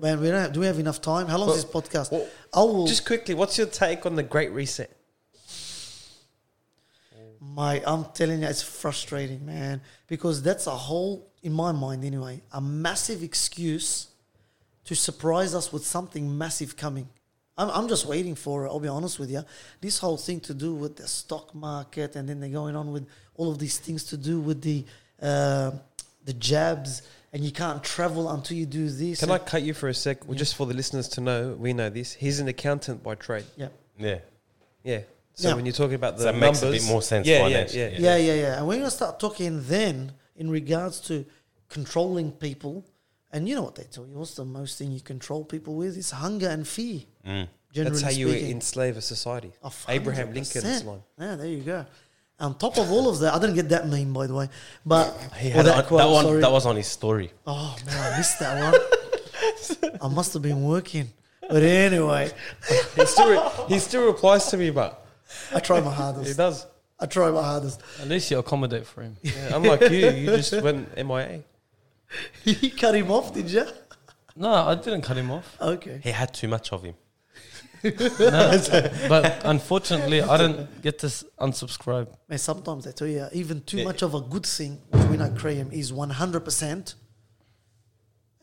Speaker 2: Man, we don't have, do we have enough time? How long is this podcast?
Speaker 1: well,
Speaker 2: I will,
Speaker 1: Just quickly, what's your take on the great reset?
Speaker 2: my, I'm telling you, it's frustrating, man, because that's a whole, in my mind anyway, a massive excuse to surprise us with something massive coming. I'm, I'm just waiting for it, I'll be honest with you. This whole thing to do with the stock market and then they're going on with all of these things to do with the, uh, the jabs and you can't travel until you do this.
Speaker 1: Can
Speaker 2: and-
Speaker 1: I cut you for a sec? Well, Just for the listeners to know, we know this. He's an accountant by trade.
Speaker 2: Yeah.
Speaker 3: Yeah.
Speaker 1: Yeah. So
Speaker 2: Yeah.
Speaker 1: when you're talking about the
Speaker 3: So it makes
Speaker 1: numbers,
Speaker 3: a bit more sense
Speaker 1: Yeah, yeah,
Speaker 3: financially,
Speaker 1: yeah,
Speaker 2: Yeah,
Speaker 3: yeah.
Speaker 2: yeah, yeah. And we're going to start talking then in regards to controlling people. And you know what they tell you? What's the most thing you control people with? It's hunger and fear. Generally
Speaker 1: That's how you
Speaker 2: speaking.
Speaker 1: enslave a society.
Speaker 2: A hundred
Speaker 1: Abraham Lincoln's
Speaker 2: percent.
Speaker 1: line.
Speaker 2: Yeah, there you go. On top of all of that, I didn't get that meme, by the way. But
Speaker 3: He
Speaker 2: or
Speaker 3: had
Speaker 2: that
Speaker 3: that,
Speaker 2: quote,
Speaker 3: that one.
Speaker 2: sorry.
Speaker 3: That was on his story.
Speaker 2: Oh man, I missed that one. I must have been working. But anyway,
Speaker 1: He still, re- he still replies to me, but
Speaker 2: I try my
Speaker 1: he
Speaker 2: hardest.
Speaker 1: does.
Speaker 2: I try my hardest.
Speaker 4: At least you accommodate for him.
Speaker 1: Yeah, unlike you, you just went MIA.
Speaker 2: you cut him off, did you?
Speaker 4: No, I didn't cut him off.
Speaker 2: Okay.
Speaker 3: He had too much of him.
Speaker 4: But unfortunately, I didn't get to s- unsubscribe.
Speaker 2: Man, sometimes I tell you, even too much of a good thing, which we know Graham is 100%.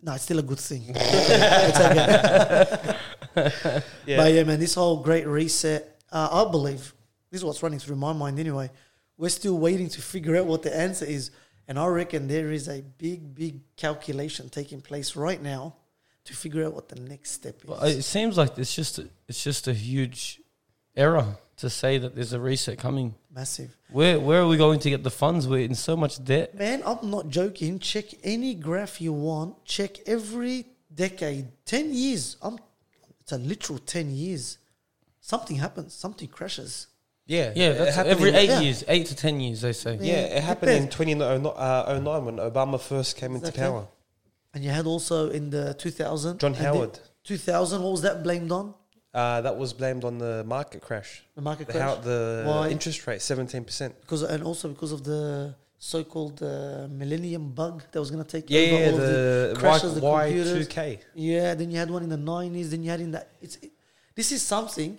Speaker 2: No, it's still a good thing. it's okay.
Speaker 1: Yeah.
Speaker 2: But yeah, man, this whole great reset, uh, I believe, this is what's running through my mind anyway. We're still waiting to figure out what the answer is. And I reckon there is a big, big calculation taking place right now to figure out what the next step is.
Speaker 4: But it seems like it's just a, it's just a huge error to say that there's a reset coming.
Speaker 2: Massive.
Speaker 4: Where where are we going to get the funds? We're in so much debt.
Speaker 2: Man, I'm not joking. Check any graph you want. Check every decade, ten years. I'm. It's a literal ten years. Something happens. Something crashes.
Speaker 1: Yeah,
Speaker 4: Yeah,
Speaker 1: it
Speaker 4: that's
Speaker 1: happened
Speaker 4: every
Speaker 1: in-
Speaker 4: eight
Speaker 2: yeah.
Speaker 4: years, eight to ten years, they say.
Speaker 1: Yeah, it happened in 2009 uh, 09 when Obama first came into
Speaker 2: Exactly.
Speaker 1: power.
Speaker 2: And you had also in the 2000.
Speaker 1: John
Speaker 2: and the-
Speaker 1: Howard.
Speaker 2: 2000. What was that blamed on?
Speaker 1: Uh, that was blamed on the market crash.
Speaker 2: The market
Speaker 1: The, how,
Speaker 2: crash.
Speaker 1: the
Speaker 2: Why?
Speaker 1: interest rate, 17%.
Speaker 2: Because and also because of the so-called uh, millennium bug that was going to take
Speaker 1: Yeah,
Speaker 2: over
Speaker 1: yeah
Speaker 2: all
Speaker 1: the,
Speaker 2: the
Speaker 1: y,
Speaker 2: crashes, the computers.
Speaker 1: Y2K.
Speaker 2: Yeah, then you had one in the nineties. Then you had in that. It's it, this is something,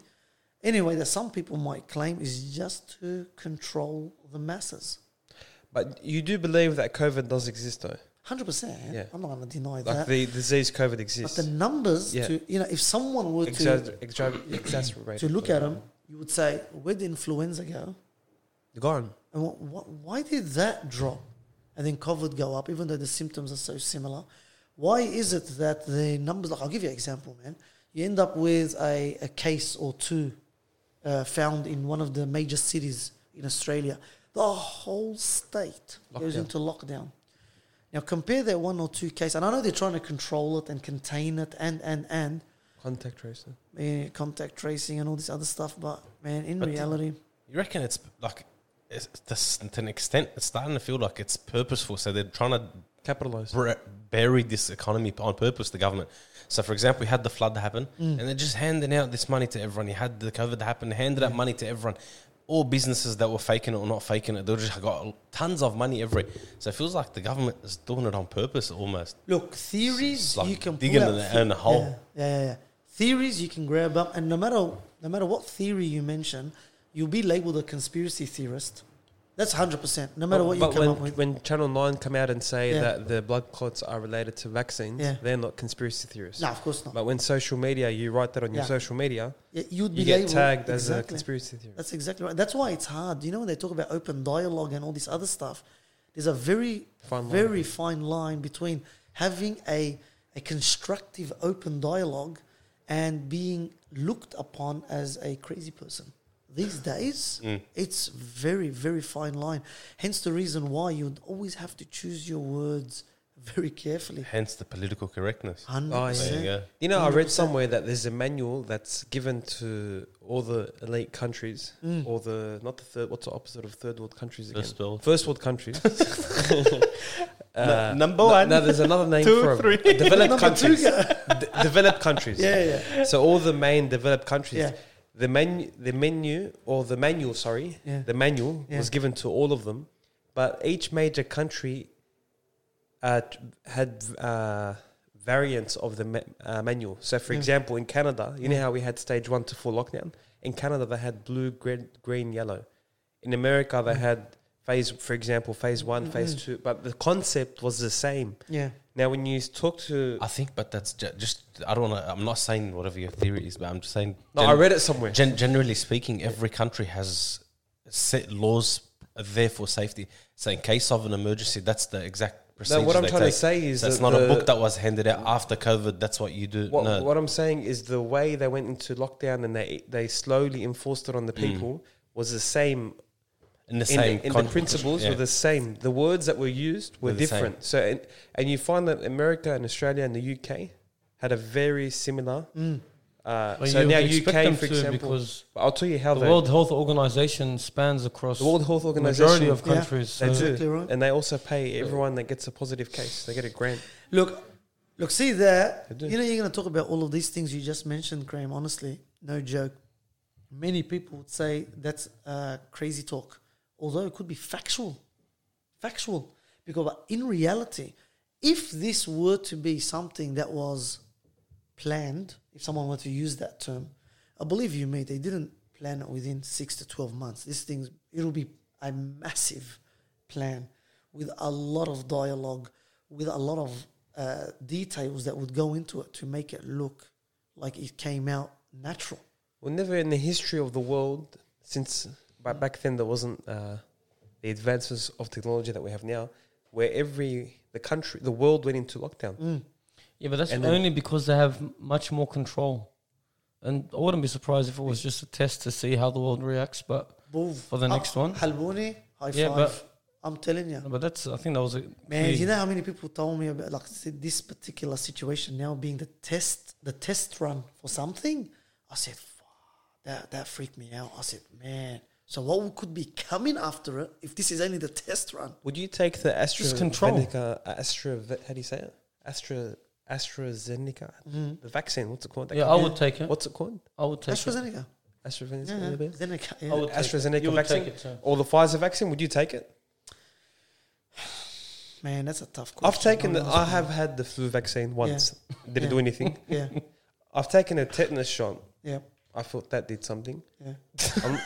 Speaker 2: anyway, that some people might claim is just to control the masses.
Speaker 1: But you do believe that COVID does exist, though?
Speaker 2: Hundred percent.
Speaker 1: Yeah.
Speaker 2: I'm not going to deny
Speaker 1: Like
Speaker 2: that.
Speaker 1: the disease COVID
Speaker 2: but
Speaker 1: exists.
Speaker 2: the numbers,
Speaker 1: Yeah.
Speaker 2: to you know, if someone were to
Speaker 1: Exagger- exagger- exacerbated.
Speaker 2: to look at them, you would say, where'd the influenza go?
Speaker 1: Gone.
Speaker 2: And what, what, why did that drop? And then COVID go up, even though the symptoms are so similar. Why is it that the numbers, like I'll give you an example, man. You end up with a, a case or two uh, found in one of the major cities in Australia. The whole state goes
Speaker 1: Lockdown.
Speaker 2: into lockdown. Now compare that one or two case, and I know they're trying to control it and contain it and, and, and,
Speaker 1: Contact tracing.
Speaker 2: eh, contact tracing and all this other stuff, but man, in
Speaker 3: But the-
Speaker 2: reality,
Speaker 3: You reckon it's like, it's, to s- to an extent, it's starting to feel like it's purposeful. So they're trying to
Speaker 1: Capitalized.
Speaker 3: bur- bury this economy on purpose. The government. So, for example, we had the flood happen,
Speaker 2: Mm.
Speaker 3: and they're just handing out this money to everyone. You had the COVID happen, handed
Speaker 2: Mm.
Speaker 3: out money to everyone. All businesses that were faking it or not faking it, they just got tons of money every. So it feels like the government is doing it on purpose almost.
Speaker 2: Look, theories
Speaker 3: It's like
Speaker 2: you can
Speaker 3: digging
Speaker 2: pull out
Speaker 3: in
Speaker 2: the-
Speaker 3: a hole.
Speaker 2: Yeah, yeah, yeah, yeah. Theories you can grab up, and no matter no matter what theory you mention, you'll be labeled a conspiracy theorist. That's hundred percent. No matter what you
Speaker 1: but
Speaker 2: come
Speaker 1: when,
Speaker 2: up with,
Speaker 1: when Channel 9 come out and say
Speaker 2: Yeah.
Speaker 1: that the blood clots are related to vaccines,
Speaker 2: Yeah.
Speaker 1: they're not conspiracy theorists.
Speaker 2: no, of course not.
Speaker 1: But when social media, you write that on your
Speaker 2: Yeah.
Speaker 1: social media,
Speaker 2: Yeah, You'd be
Speaker 1: you get
Speaker 2: labeled
Speaker 1: tagged as a
Speaker 2: exactly.
Speaker 1: conspiracy theorist.
Speaker 2: That's exactly right. That's why it's hard. You know, when they talk about open dialogue and all this other stuff, there's a very,
Speaker 1: Fine line.
Speaker 2: very fine line between having a, a constructive open dialogue and being looked upon as a crazy person. These days, it's very, very fine line. Hence the reason why you'd always have to choose your words very carefully.
Speaker 3: Hence the political correctness.
Speaker 2: 100%.
Speaker 3: There you go.
Speaker 1: You know, I read
Speaker 2: 100%.
Speaker 1: somewhere that there's a manual that's given to all the elite countries,
Speaker 2: Mm.
Speaker 1: or the not the third. What's the opposite of third world countries again?
Speaker 3: First world.
Speaker 1: First world countries. Uh,
Speaker 3: number
Speaker 1: no-
Speaker 3: one,
Speaker 1: No, there's another name
Speaker 3: two,
Speaker 1: for 'em.
Speaker 3: three.
Speaker 1: Developed
Speaker 2: Number two,
Speaker 1: countries. De- developed countries.
Speaker 2: Yeah, yeah.
Speaker 1: So all the main developed countries,
Speaker 2: Yeah.
Speaker 1: the menu, the menu or the manual, sorry,
Speaker 2: Yeah.
Speaker 1: the manual
Speaker 2: Yeah.
Speaker 1: was given to all of them, but each major country uh, t- had uh, variants of the ma- uh, manual. So, for
Speaker 2: Yeah.
Speaker 1: example, in Canada, you know how we had stage one to four lockdown. In Canada, they had blue, green, green yellow. In America, they
Speaker 2: Mm.
Speaker 1: had phase, for example, phase one, phase
Speaker 2: Mhm.
Speaker 1: two, but the concept was the same.
Speaker 2: Yeah.
Speaker 1: Now, when you talk to,
Speaker 3: I think, but that's ju- just. I don't want to. I'm not saying whatever your theory is, but I'm just saying.
Speaker 1: no, I
Speaker 3: gen-
Speaker 1: read it somewhere.
Speaker 3: gen- generally speaking, every country has set laws there for safety. So, in case of an emergency, that's the exact procedure.
Speaker 1: No, what I'm
Speaker 3: they
Speaker 1: trying
Speaker 3: take.
Speaker 1: to say is
Speaker 3: So it's
Speaker 1: that
Speaker 3: not a
Speaker 1: the-
Speaker 3: book that was handed out after COVID. That's what you do.
Speaker 1: What,
Speaker 3: no,
Speaker 1: what I'm saying is the way they went into lockdown and they they slowly enforced it on the people was the same.
Speaker 3: in the
Speaker 1: In,
Speaker 3: same
Speaker 1: the, in the
Speaker 3: con-
Speaker 1: principles
Speaker 3: yeah.
Speaker 1: were the same. The words that were used were,
Speaker 3: Were the same.
Speaker 1: different. So and, and you find that America and Australia and the UK had a very similar. Uh,
Speaker 4: But
Speaker 1: so
Speaker 4: you
Speaker 1: now
Speaker 4: expect
Speaker 1: UK,
Speaker 4: them
Speaker 1: for
Speaker 4: to
Speaker 1: example,
Speaker 4: because
Speaker 1: I'll tell you how
Speaker 4: the
Speaker 1: they-
Speaker 4: World Health Organization spans across
Speaker 1: the World Health
Speaker 4: the
Speaker 1: Organization
Speaker 4: majority of
Speaker 2: Yeah.
Speaker 4: countries.
Speaker 1: they
Speaker 4: so
Speaker 1: do,
Speaker 2: Exactly right.
Speaker 1: and they also pay everyone that gets a positive case. They get a grant.
Speaker 2: Look, look, see that.
Speaker 1: I do.
Speaker 2: You know, you're going to talk about all of these things you just mentioned, Graham. Honestly, no joke. Many people would say that's uh, crazy talk, although it could be factual. Factual. Because in reality, if this were to be something that was planned, if someone were to use that term, I believe you, mate, they didn't plan it within six to 12 months. This thing, it'll be a massive plan with a lot of dialogue, with a lot of uh, details that would go into it to make it look like it came out natural.
Speaker 1: Well, never in the history of the world since ba- back then there wasn't uh, the advances of technology that we have now, where every the country, the world went into lockdown.
Speaker 4: Mm. Yeah, but that's
Speaker 1: And then-
Speaker 4: only because they have much more control. And I wouldn't be surprised if it was just a test to see how the world reacts. But
Speaker 2: Boof.
Speaker 4: For the next one?
Speaker 2: Halbuni, high
Speaker 4: Yeah,
Speaker 2: five.
Speaker 4: but-
Speaker 2: I'm telling you.
Speaker 4: but that's I think that was a
Speaker 2: Man,
Speaker 4: clear-
Speaker 2: you know how many people told me about like see, this particular situation now being the test, the test run for something. I said, "Fuck, that that freaked me out. I said, man, so what could be coming after it if this is only the test run?
Speaker 1: Would you take the Astra
Speaker 4: Just control.
Speaker 1: Zeneca, Astra? How do you say it? Astra AstraZeneca, the vaccine. What's it called? That
Speaker 4: Mm. yeah, I
Speaker 1: company?
Speaker 4: would take it.
Speaker 1: What's it called?
Speaker 4: I would take it.
Speaker 2: AstraZeneca.
Speaker 1: AstraZeneca.
Speaker 2: Yeah,
Speaker 1: yeah. Oh.
Speaker 2: AstraZeneca.
Speaker 4: I would
Speaker 2: Yeah.
Speaker 4: take it.
Speaker 1: AstraZeneca
Speaker 4: You would take
Speaker 1: vaccine?
Speaker 4: it too.
Speaker 1: Or the Pfizer vaccine? Would you take it?
Speaker 2: Man, that's a tough question.
Speaker 1: I've taken. The,
Speaker 2: I'm
Speaker 1: I
Speaker 2: honest
Speaker 1: have had the flu vaccine once. Did
Speaker 2: Yeah.
Speaker 1: it do anything?
Speaker 2: with you. Yeah,
Speaker 1: I've taken a tetanus shot.
Speaker 2: yeah,
Speaker 1: I thought that did something.
Speaker 2: yeah.
Speaker 1: I'm,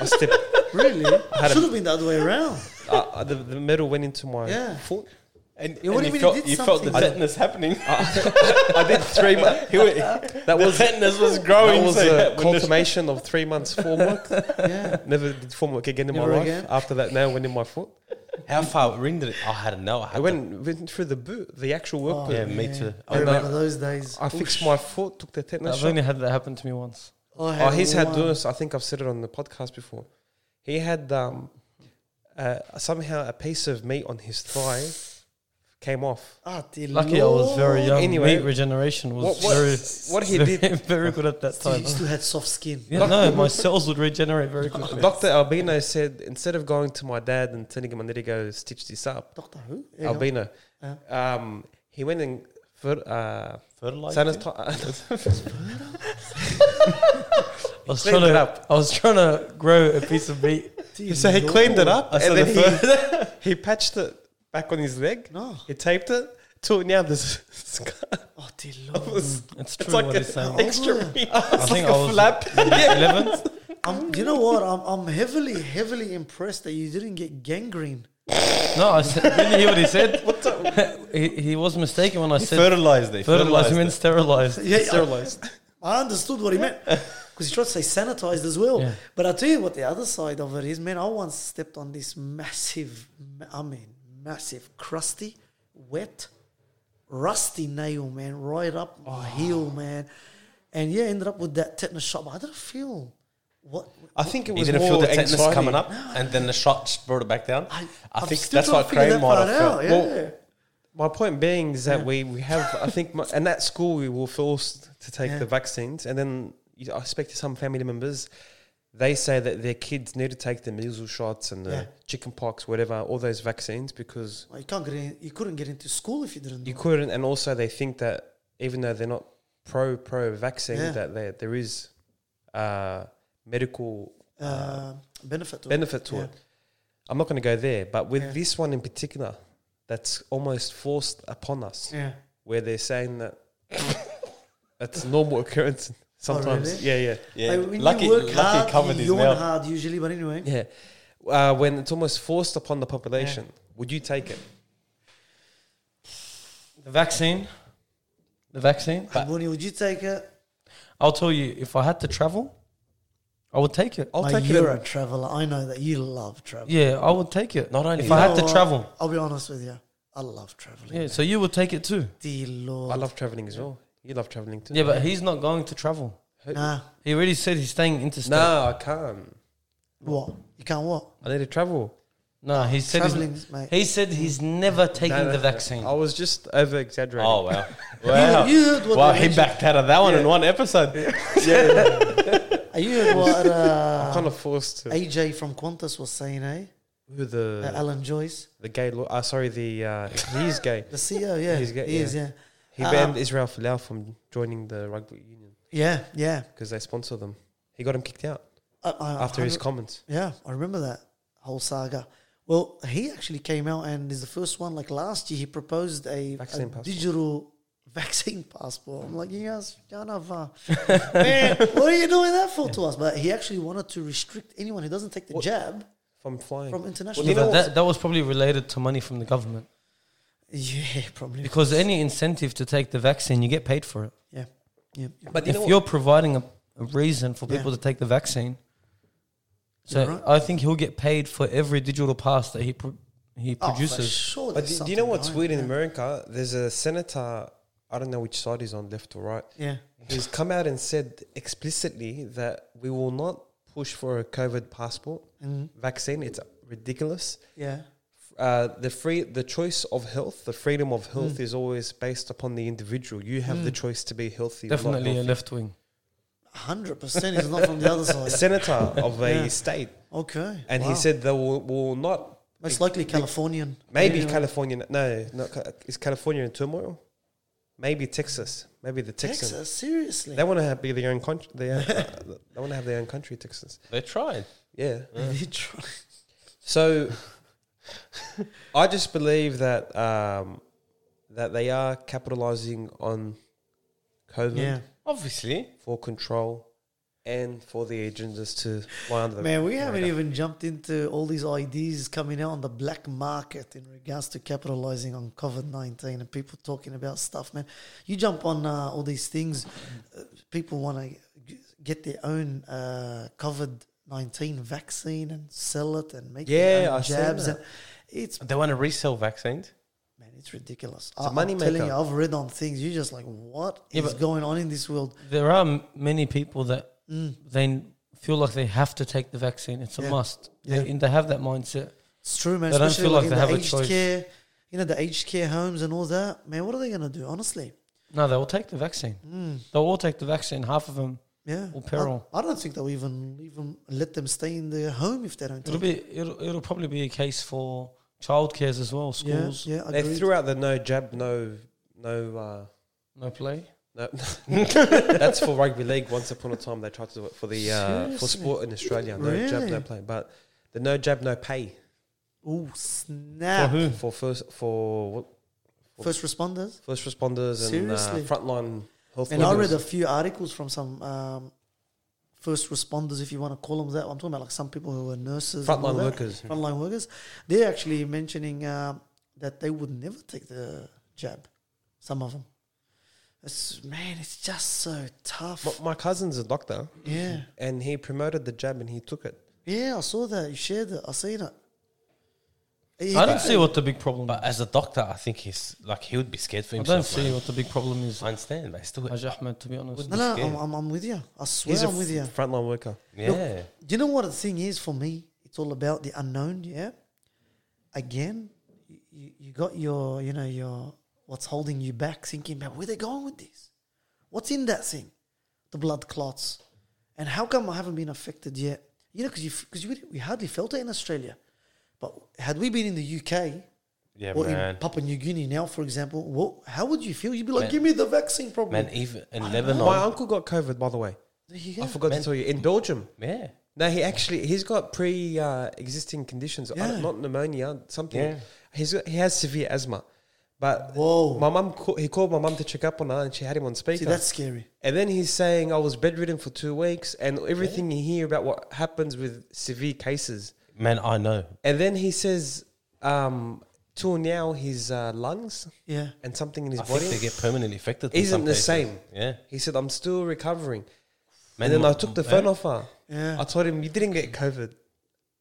Speaker 1: I stepped.
Speaker 2: Really?
Speaker 1: had a-
Speaker 2: Should have been the other way around.
Speaker 1: I, I, Ah, the, the metal went into my
Speaker 2: Yeah.
Speaker 1: foot.
Speaker 3: And,
Speaker 2: Yeah, what do you
Speaker 3: and
Speaker 2: mean it
Speaker 3: felt,
Speaker 2: did
Speaker 3: you felt the
Speaker 2: something?
Speaker 3: tetanus happening.
Speaker 1: I did three months. That was that
Speaker 3: tetanus was growing.
Speaker 1: was
Speaker 3: so
Speaker 1: a
Speaker 3: that when the-
Speaker 1: confirmation of three months formwork.
Speaker 2: Yeah.
Speaker 1: Never did formwork again in
Speaker 2: Never
Speaker 1: my life.
Speaker 2: again?
Speaker 1: After that, nail went in my foot.
Speaker 3: how far ring did it? I had no. I
Speaker 1: I
Speaker 3: had
Speaker 1: went went through the boot, the actual work
Speaker 2: Oh,
Speaker 1: boot.
Speaker 3: yeah, me too.
Speaker 2: I
Speaker 1: And, uh,
Speaker 2: remember those days.
Speaker 1: I fixed my foot, took the tetanus
Speaker 4: I've
Speaker 1: shot.
Speaker 4: only had that happen to me once.
Speaker 2: I
Speaker 1: Oh, he's had
Speaker 2: one.
Speaker 1: doing. I think I've said it on the podcast before. He had um, uh, somehow a piece of meat on his thigh came off.
Speaker 2: Ah, dear
Speaker 4: Lucky I was very
Speaker 2: Lord.
Speaker 4: young.
Speaker 1: Anyway,
Speaker 4: Meat regeneration was
Speaker 1: what- what-
Speaker 4: very
Speaker 1: what he
Speaker 4: very,
Speaker 1: did-
Speaker 4: very good at that
Speaker 2: Still-
Speaker 4: time.
Speaker 2: you still had soft skin.
Speaker 4: Yeah, no, my cells would regenerate very quickly.
Speaker 1: Doctor Albino said instead of going to my dad and telling him I need to go stitch this up,
Speaker 2: Doctor Who? Yeah, go on.
Speaker 1: albino. Um, he went and fer- uh,
Speaker 3: Fertilizer.
Speaker 1: sanitized.
Speaker 4: I was
Speaker 1: Cleaned
Speaker 4: trying to
Speaker 1: it up.
Speaker 4: I was trying to grow a piece of meat.
Speaker 2: Dear
Speaker 1: so he
Speaker 2: Lord.
Speaker 1: cleaned it up,
Speaker 3: I said
Speaker 1: and then
Speaker 3: the
Speaker 1: he, he patched it back on his leg.
Speaker 2: No.
Speaker 1: He taped it till now there's scar.
Speaker 2: Oh, dear Lord.
Speaker 1: was-
Speaker 4: It's true
Speaker 1: It's like
Speaker 4: what
Speaker 1: a
Speaker 4: he's saying.
Speaker 1: extra.
Speaker 2: Oh,
Speaker 1: ring.
Speaker 4: I
Speaker 1: it's
Speaker 4: think
Speaker 1: like
Speaker 4: I
Speaker 1: a
Speaker 4: was
Speaker 1: flap.
Speaker 4: eleven.
Speaker 2: I'm, you know what? I'm, I'm heavily, heavily impressed that you didn't get gangrene.
Speaker 4: No, I said, didn't hear what he said.
Speaker 1: What's up?
Speaker 4: he, he was mistaken when I
Speaker 3: He
Speaker 4: said
Speaker 3: fertilized it.
Speaker 4: fertilized
Speaker 3: fertilized
Speaker 4: means
Speaker 3: it.
Speaker 4: sterilized.
Speaker 2: Yeah,
Speaker 1: Sterilized.
Speaker 2: I, I understood what he meant because he tried to say sanitized as well.
Speaker 4: Yeah.
Speaker 2: But I tell you what, the other side of it is, man. I once stepped on this massive, ma- I mean, massive, crusty, wet, rusty nail, man, right up
Speaker 3: Oh.
Speaker 2: my heel, man. And yeah, ended up with that tetanus shot. But I didn't feel what
Speaker 1: I think it
Speaker 3: He
Speaker 1: was
Speaker 3: didn't
Speaker 1: more
Speaker 3: feel the tetanus
Speaker 1: anxiety.
Speaker 3: coming up, and then the shot just brought it back down.
Speaker 2: I-
Speaker 3: I,
Speaker 2: I'm
Speaker 3: think
Speaker 2: still
Speaker 3: that's
Speaker 2: trying
Speaker 3: what
Speaker 2: to figure
Speaker 3: Crane
Speaker 2: that
Speaker 3: might
Speaker 2: part
Speaker 3: have felt.
Speaker 2: out, yeah.
Speaker 1: Well, my point being is that we, we have I think my, and at school we were forced to take
Speaker 2: Yeah.
Speaker 1: the vaccines, and then you, I speak to some family members. They say that their kids need to take the measles shots and the
Speaker 2: Yeah.
Speaker 1: chicken pox, whatever, all those vaccines because
Speaker 2: Well, you can't get in, you couldn't get into school if you didn't.
Speaker 1: you
Speaker 2: know.
Speaker 1: couldn't. And also, they think that even though they're not pro pro vaccine,
Speaker 2: Yeah.
Speaker 1: that there there is uh, medical
Speaker 2: Uh, benefit to it.
Speaker 1: benefit to
Speaker 2: Yeah.
Speaker 1: it. I'm not going to go there, but with
Speaker 2: Yeah.
Speaker 1: this one in particular, that's almost forced upon us,
Speaker 2: Yeah.
Speaker 1: where they're saying that that's a normal occurrence sometimes.
Speaker 2: Oh, really?
Speaker 1: Yeah, yeah,
Speaker 3: Yeah.
Speaker 2: Like, when
Speaker 3: lucky,
Speaker 2: you work
Speaker 3: lucky
Speaker 2: hard,
Speaker 3: it covered
Speaker 2: you
Speaker 3: his
Speaker 2: yawn
Speaker 3: mouth.
Speaker 2: hard usually, but anyway.
Speaker 1: yeah. Uh, when it's almost forced upon the population, would you take it?
Speaker 4: The vaccine. The vaccine. But
Speaker 2: Abuni, would you take it?
Speaker 4: I'll tell you, if I had to travel, I would take it.
Speaker 1: I'll
Speaker 2: Mate,
Speaker 1: take it.
Speaker 2: you're a traveler. I know that you love travel.
Speaker 4: Yeah, I would take it.
Speaker 3: Not only
Speaker 4: if
Speaker 2: You
Speaker 4: I had
Speaker 2: know
Speaker 4: to
Speaker 2: what?
Speaker 4: travel.
Speaker 2: I'll be honest with you. I love traveling.
Speaker 4: Yeah, so you would take it too.
Speaker 2: Dear Lord.
Speaker 1: I love traveling as well. You love traveling too.
Speaker 4: Yeah, but he's not going to travel.
Speaker 2: nah.
Speaker 4: He already said he's staying interstate.
Speaker 1: No, I can't.
Speaker 2: What? You can't what?
Speaker 1: I need to travel.
Speaker 4: no, he said
Speaker 2: Traveling,
Speaker 4: he's,
Speaker 2: mate.
Speaker 4: he said he's never taking
Speaker 1: No, no,
Speaker 4: the
Speaker 1: no.
Speaker 4: vaccine.
Speaker 1: I was just over exaggerating.
Speaker 3: Oh wow, wow,
Speaker 2: You, you heard what
Speaker 3: wow!
Speaker 2: they
Speaker 3: He
Speaker 2: mentioned.
Speaker 3: backed out of that one in one episode.
Speaker 2: Uh, You heard what
Speaker 1: I'm
Speaker 2: uh,
Speaker 1: kind of forced to.
Speaker 2: AJ from Qantas was saying, eh?
Speaker 1: Who the
Speaker 2: Uh, Alan Joyce,
Speaker 1: the gay? Law, uh, sorry, the uh, he's gay.
Speaker 2: the CEO, yeah.
Speaker 1: He's gay,
Speaker 2: he is,
Speaker 1: yeah.
Speaker 2: yeah.
Speaker 1: He
Speaker 2: Uh,
Speaker 1: banned Israel Folau from joining the rugby union
Speaker 2: Yeah, yeah.
Speaker 1: because they sponsor them. He got him kicked out
Speaker 2: Uh, uh,
Speaker 1: after his
Speaker 2: 100
Speaker 1: comments.
Speaker 2: Yeah, I remember that whole saga. Well, he actually came out and is the first one. Like last year, he proposed a, a
Speaker 1: Vaccine passport.
Speaker 2: digital vaccine passport. I'm like, you guys, kind of, uh, man, what are you doing that for to us? But he actually wanted to restrict anyone who doesn't take the
Speaker 1: What-
Speaker 2: jab
Speaker 1: From flying.
Speaker 2: from international.
Speaker 1: you
Speaker 4: But
Speaker 1: know
Speaker 4: that, that was probably related to money from the government.
Speaker 2: yeah, probably
Speaker 4: Because any incentive to take the vaccine, you get paid for it.
Speaker 2: yeah, yeah, yeah.
Speaker 1: but you
Speaker 4: if
Speaker 1: know what?
Speaker 4: you're providing a, a reason for
Speaker 2: Yeah.
Speaker 4: people to take the vaccine, so
Speaker 2: You're right.
Speaker 4: I think he'll get paid for every digital pass that he pro- he
Speaker 2: Oh, for
Speaker 4: produces.
Speaker 2: sure.
Speaker 1: But
Speaker 2: there's
Speaker 1: do, do you know
Speaker 2: something
Speaker 1: what's
Speaker 2: behind
Speaker 1: weird
Speaker 2: it,
Speaker 1: in
Speaker 2: yeah.
Speaker 1: America? There's a senator. I don't know which side he's on, left or right.
Speaker 2: Yeah,
Speaker 1: Who's come out and said explicitly that we will not push for a COVID passport
Speaker 2: Mhm.
Speaker 1: vaccine. It's ridiculous.
Speaker 2: yeah,
Speaker 1: uh, the free the choice of health, the freedom
Speaker 2: Hmm.
Speaker 1: of health is always based upon the individual. You have the choice to be healthy. or not
Speaker 4: Definitely a
Speaker 1: healthy.
Speaker 4: left wing.
Speaker 2: hundred percent. He's not from the other
Speaker 1: A
Speaker 2: side.
Speaker 1: senator of a
Speaker 2: Yeah.
Speaker 1: state,
Speaker 2: Okay,
Speaker 1: and
Speaker 2: wow.
Speaker 1: he said they will, will not.
Speaker 2: most likely Californian.
Speaker 1: Maybe
Speaker 2: Yeah.
Speaker 1: California. No, not, Ca- is California in turmoil? Maybe Texas. Maybe the Texans.
Speaker 2: Texas, seriously.
Speaker 1: They want to have be their own country. They, they want to have their own country, Texas.
Speaker 3: They tried.
Speaker 1: Yeah.
Speaker 2: They try-
Speaker 1: So, I just believe that um, that they are capitalizing on COVID.
Speaker 2: yeah.
Speaker 3: Obviously,
Speaker 1: for control and for the agendas to fly under the
Speaker 2: Man, we haven't
Speaker 1: radar.
Speaker 2: even jumped into all these ideas coming out on the black market in regards to capitalizing on COVID 19 and people talking about stuff, man. You jump on uh, all these things, uh, people want to get their own uh, COVID 19 vaccine and sell it and make their
Speaker 1: Yeah,
Speaker 2: own
Speaker 1: I seen
Speaker 2: jabs.
Speaker 1: that.
Speaker 2: And it's,
Speaker 3: they want to resell vaccines.
Speaker 2: man, it's ridiculous.
Speaker 1: a
Speaker 2: I, I'm
Speaker 1: moneymaker.
Speaker 2: telling you, I've read on things, you're just like, what is
Speaker 4: Yeah, but-
Speaker 2: going on in this world?
Speaker 4: There are m- many people that
Speaker 1: Mm.
Speaker 4: they feel like they have to take the vaccine. It's a
Speaker 2: Yeah.
Speaker 4: must. They,
Speaker 2: Yeah.
Speaker 4: and they have that mindset.
Speaker 2: It's true, man.
Speaker 4: They don't
Speaker 2: Especially
Speaker 4: feel
Speaker 2: like,
Speaker 4: like
Speaker 2: in
Speaker 4: they
Speaker 2: the
Speaker 4: have a
Speaker 2: aged
Speaker 4: choice.
Speaker 2: care, you know, the aged care homes and all that. Man, what are they gonna do? Honestly,
Speaker 4: No, they will take the vaccine.
Speaker 1: Mm.
Speaker 4: They'll all take the vaccine. Half of them.
Speaker 2: yeah.
Speaker 4: Or peril.
Speaker 2: I, I don't think they'll even even let them stay in their home if they don't.
Speaker 4: It'll
Speaker 2: take
Speaker 4: be. It'll, it'll probably be a case for childcares as well.
Speaker 2: it. yeah,
Speaker 4: Schools.
Speaker 2: yeah.
Speaker 1: they
Speaker 2: agreed.
Speaker 1: threw out the no jab, no, no, uh,
Speaker 4: No play.
Speaker 1: no. That's for rugby league. Once upon a time, they tried to do it for the uh, for
Speaker 2: Seriously?
Speaker 1: sport in Australia. No jab, no
Speaker 2: Really?
Speaker 1: play, but the no jab, no pay
Speaker 2: Oh snap!
Speaker 4: For who?
Speaker 1: for first for what,
Speaker 2: First responders.
Speaker 1: first responders and uh,
Speaker 2: Seriously?
Speaker 1: frontline health.
Speaker 2: And I
Speaker 1: workers.
Speaker 2: read a few articles from some um, first responders, if you want to call them that. I'm talking about like some people who were nurses, and all
Speaker 1: frontline
Speaker 2: that.
Speaker 1: workers.
Speaker 2: frontline workers. They're actually mentioning um, that they would never take the jab. Some of them. It's man, it's just so tough.
Speaker 1: My, my cousin's a doctor,
Speaker 2: yeah,
Speaker 1: and he promoted the jab, and he took it.
Speaker 2: yeah. I saw that you shared it. I seen it.
Speaker 4: I don't see what the big problem.
Speaker 3: But as a doctor, I think he's like he would be scared for
Speaker 4: I
Speaker 3: himself.
Speaker 4: don't see
Speaker 3: man.
Speaker 4: what the big problem is.
Speaker 3: I understand, but still,
Speaker 4: Haj Ahmed, to be honest.
Speaker 2: No, no,
Speaker 3: scared.
Speaker 2: I'm, I'm, I'm with you. I swear,
Speaker 1: He's a
Speaker 2: I'm with you.
Speaker 1: f- frontline worker.
Speaker 3: yeah.
Speaker 2: Do you know what the thing is for me? It's all about the unknown. Yeah. Again, you- you, you got your, you know, your what's holding you back, thinking about where they're going with this. What's in that thing? The blood clots, and how come I haven't been affected yet? You know, because because we, we hardly felt it in Australia, but had we been in the UK
Speaker 3: yeah,
Speaker 2: or in
Speaker 3: man.
Speaker 2: Papua New Guinea now, for example, what, how would you feel? You'd be like, give me the vaccine, problem.
Speaker 3: Man, even in Lebanon,
Speaker 1: My uncle got COVID, by the way. I forgot
Speaker 3: Man.
Speaker 1: to tell you in Belgium.
Speaker 3: Yeah.
Speaker 1: No, he actually he's got pre uh, existing conditions, I don't-
Speaker 2: Yeah.
Speaker 1: not pneumonia, something.
Speaker 3: Yeah.
Speaker 1: He's got, he has severe asthma, but
Speaker 2: Whoa.
Speaker 1: my mum ca- he called my mum to check up on her, and she had him on speaker.
Speaker 2: See, that's scary.
Speaker 1: and then he's saying I was bedridden for two weeks, and everything you hear about what happens with severe cases.
Speaker 3: Man, I know.
Speaker 1: And then he says, um, till now his uh, lungs
Speaker 2: Yeah.
Speaker 1: and something in his
Speaker 3: I
Speaker 1: body
Speaker 3: think they get permanently affected. in
Speaker 1: isn't
Speaker 3: some
Speaker 1: the
Speaker 3: cases.
Speaker 1: same.
Speaker 3: Yeah.
Speaker 1: He said I'm still recovering.
Speaker 3: Man,
Speaker 1: and then
Speaker 3: my-
Speaker 1: I took the phone
Speaker 3: man,
Speaker 1: off her.
Speaker 2: Yeah.
Speaker 1: I told him you didn't get COVID.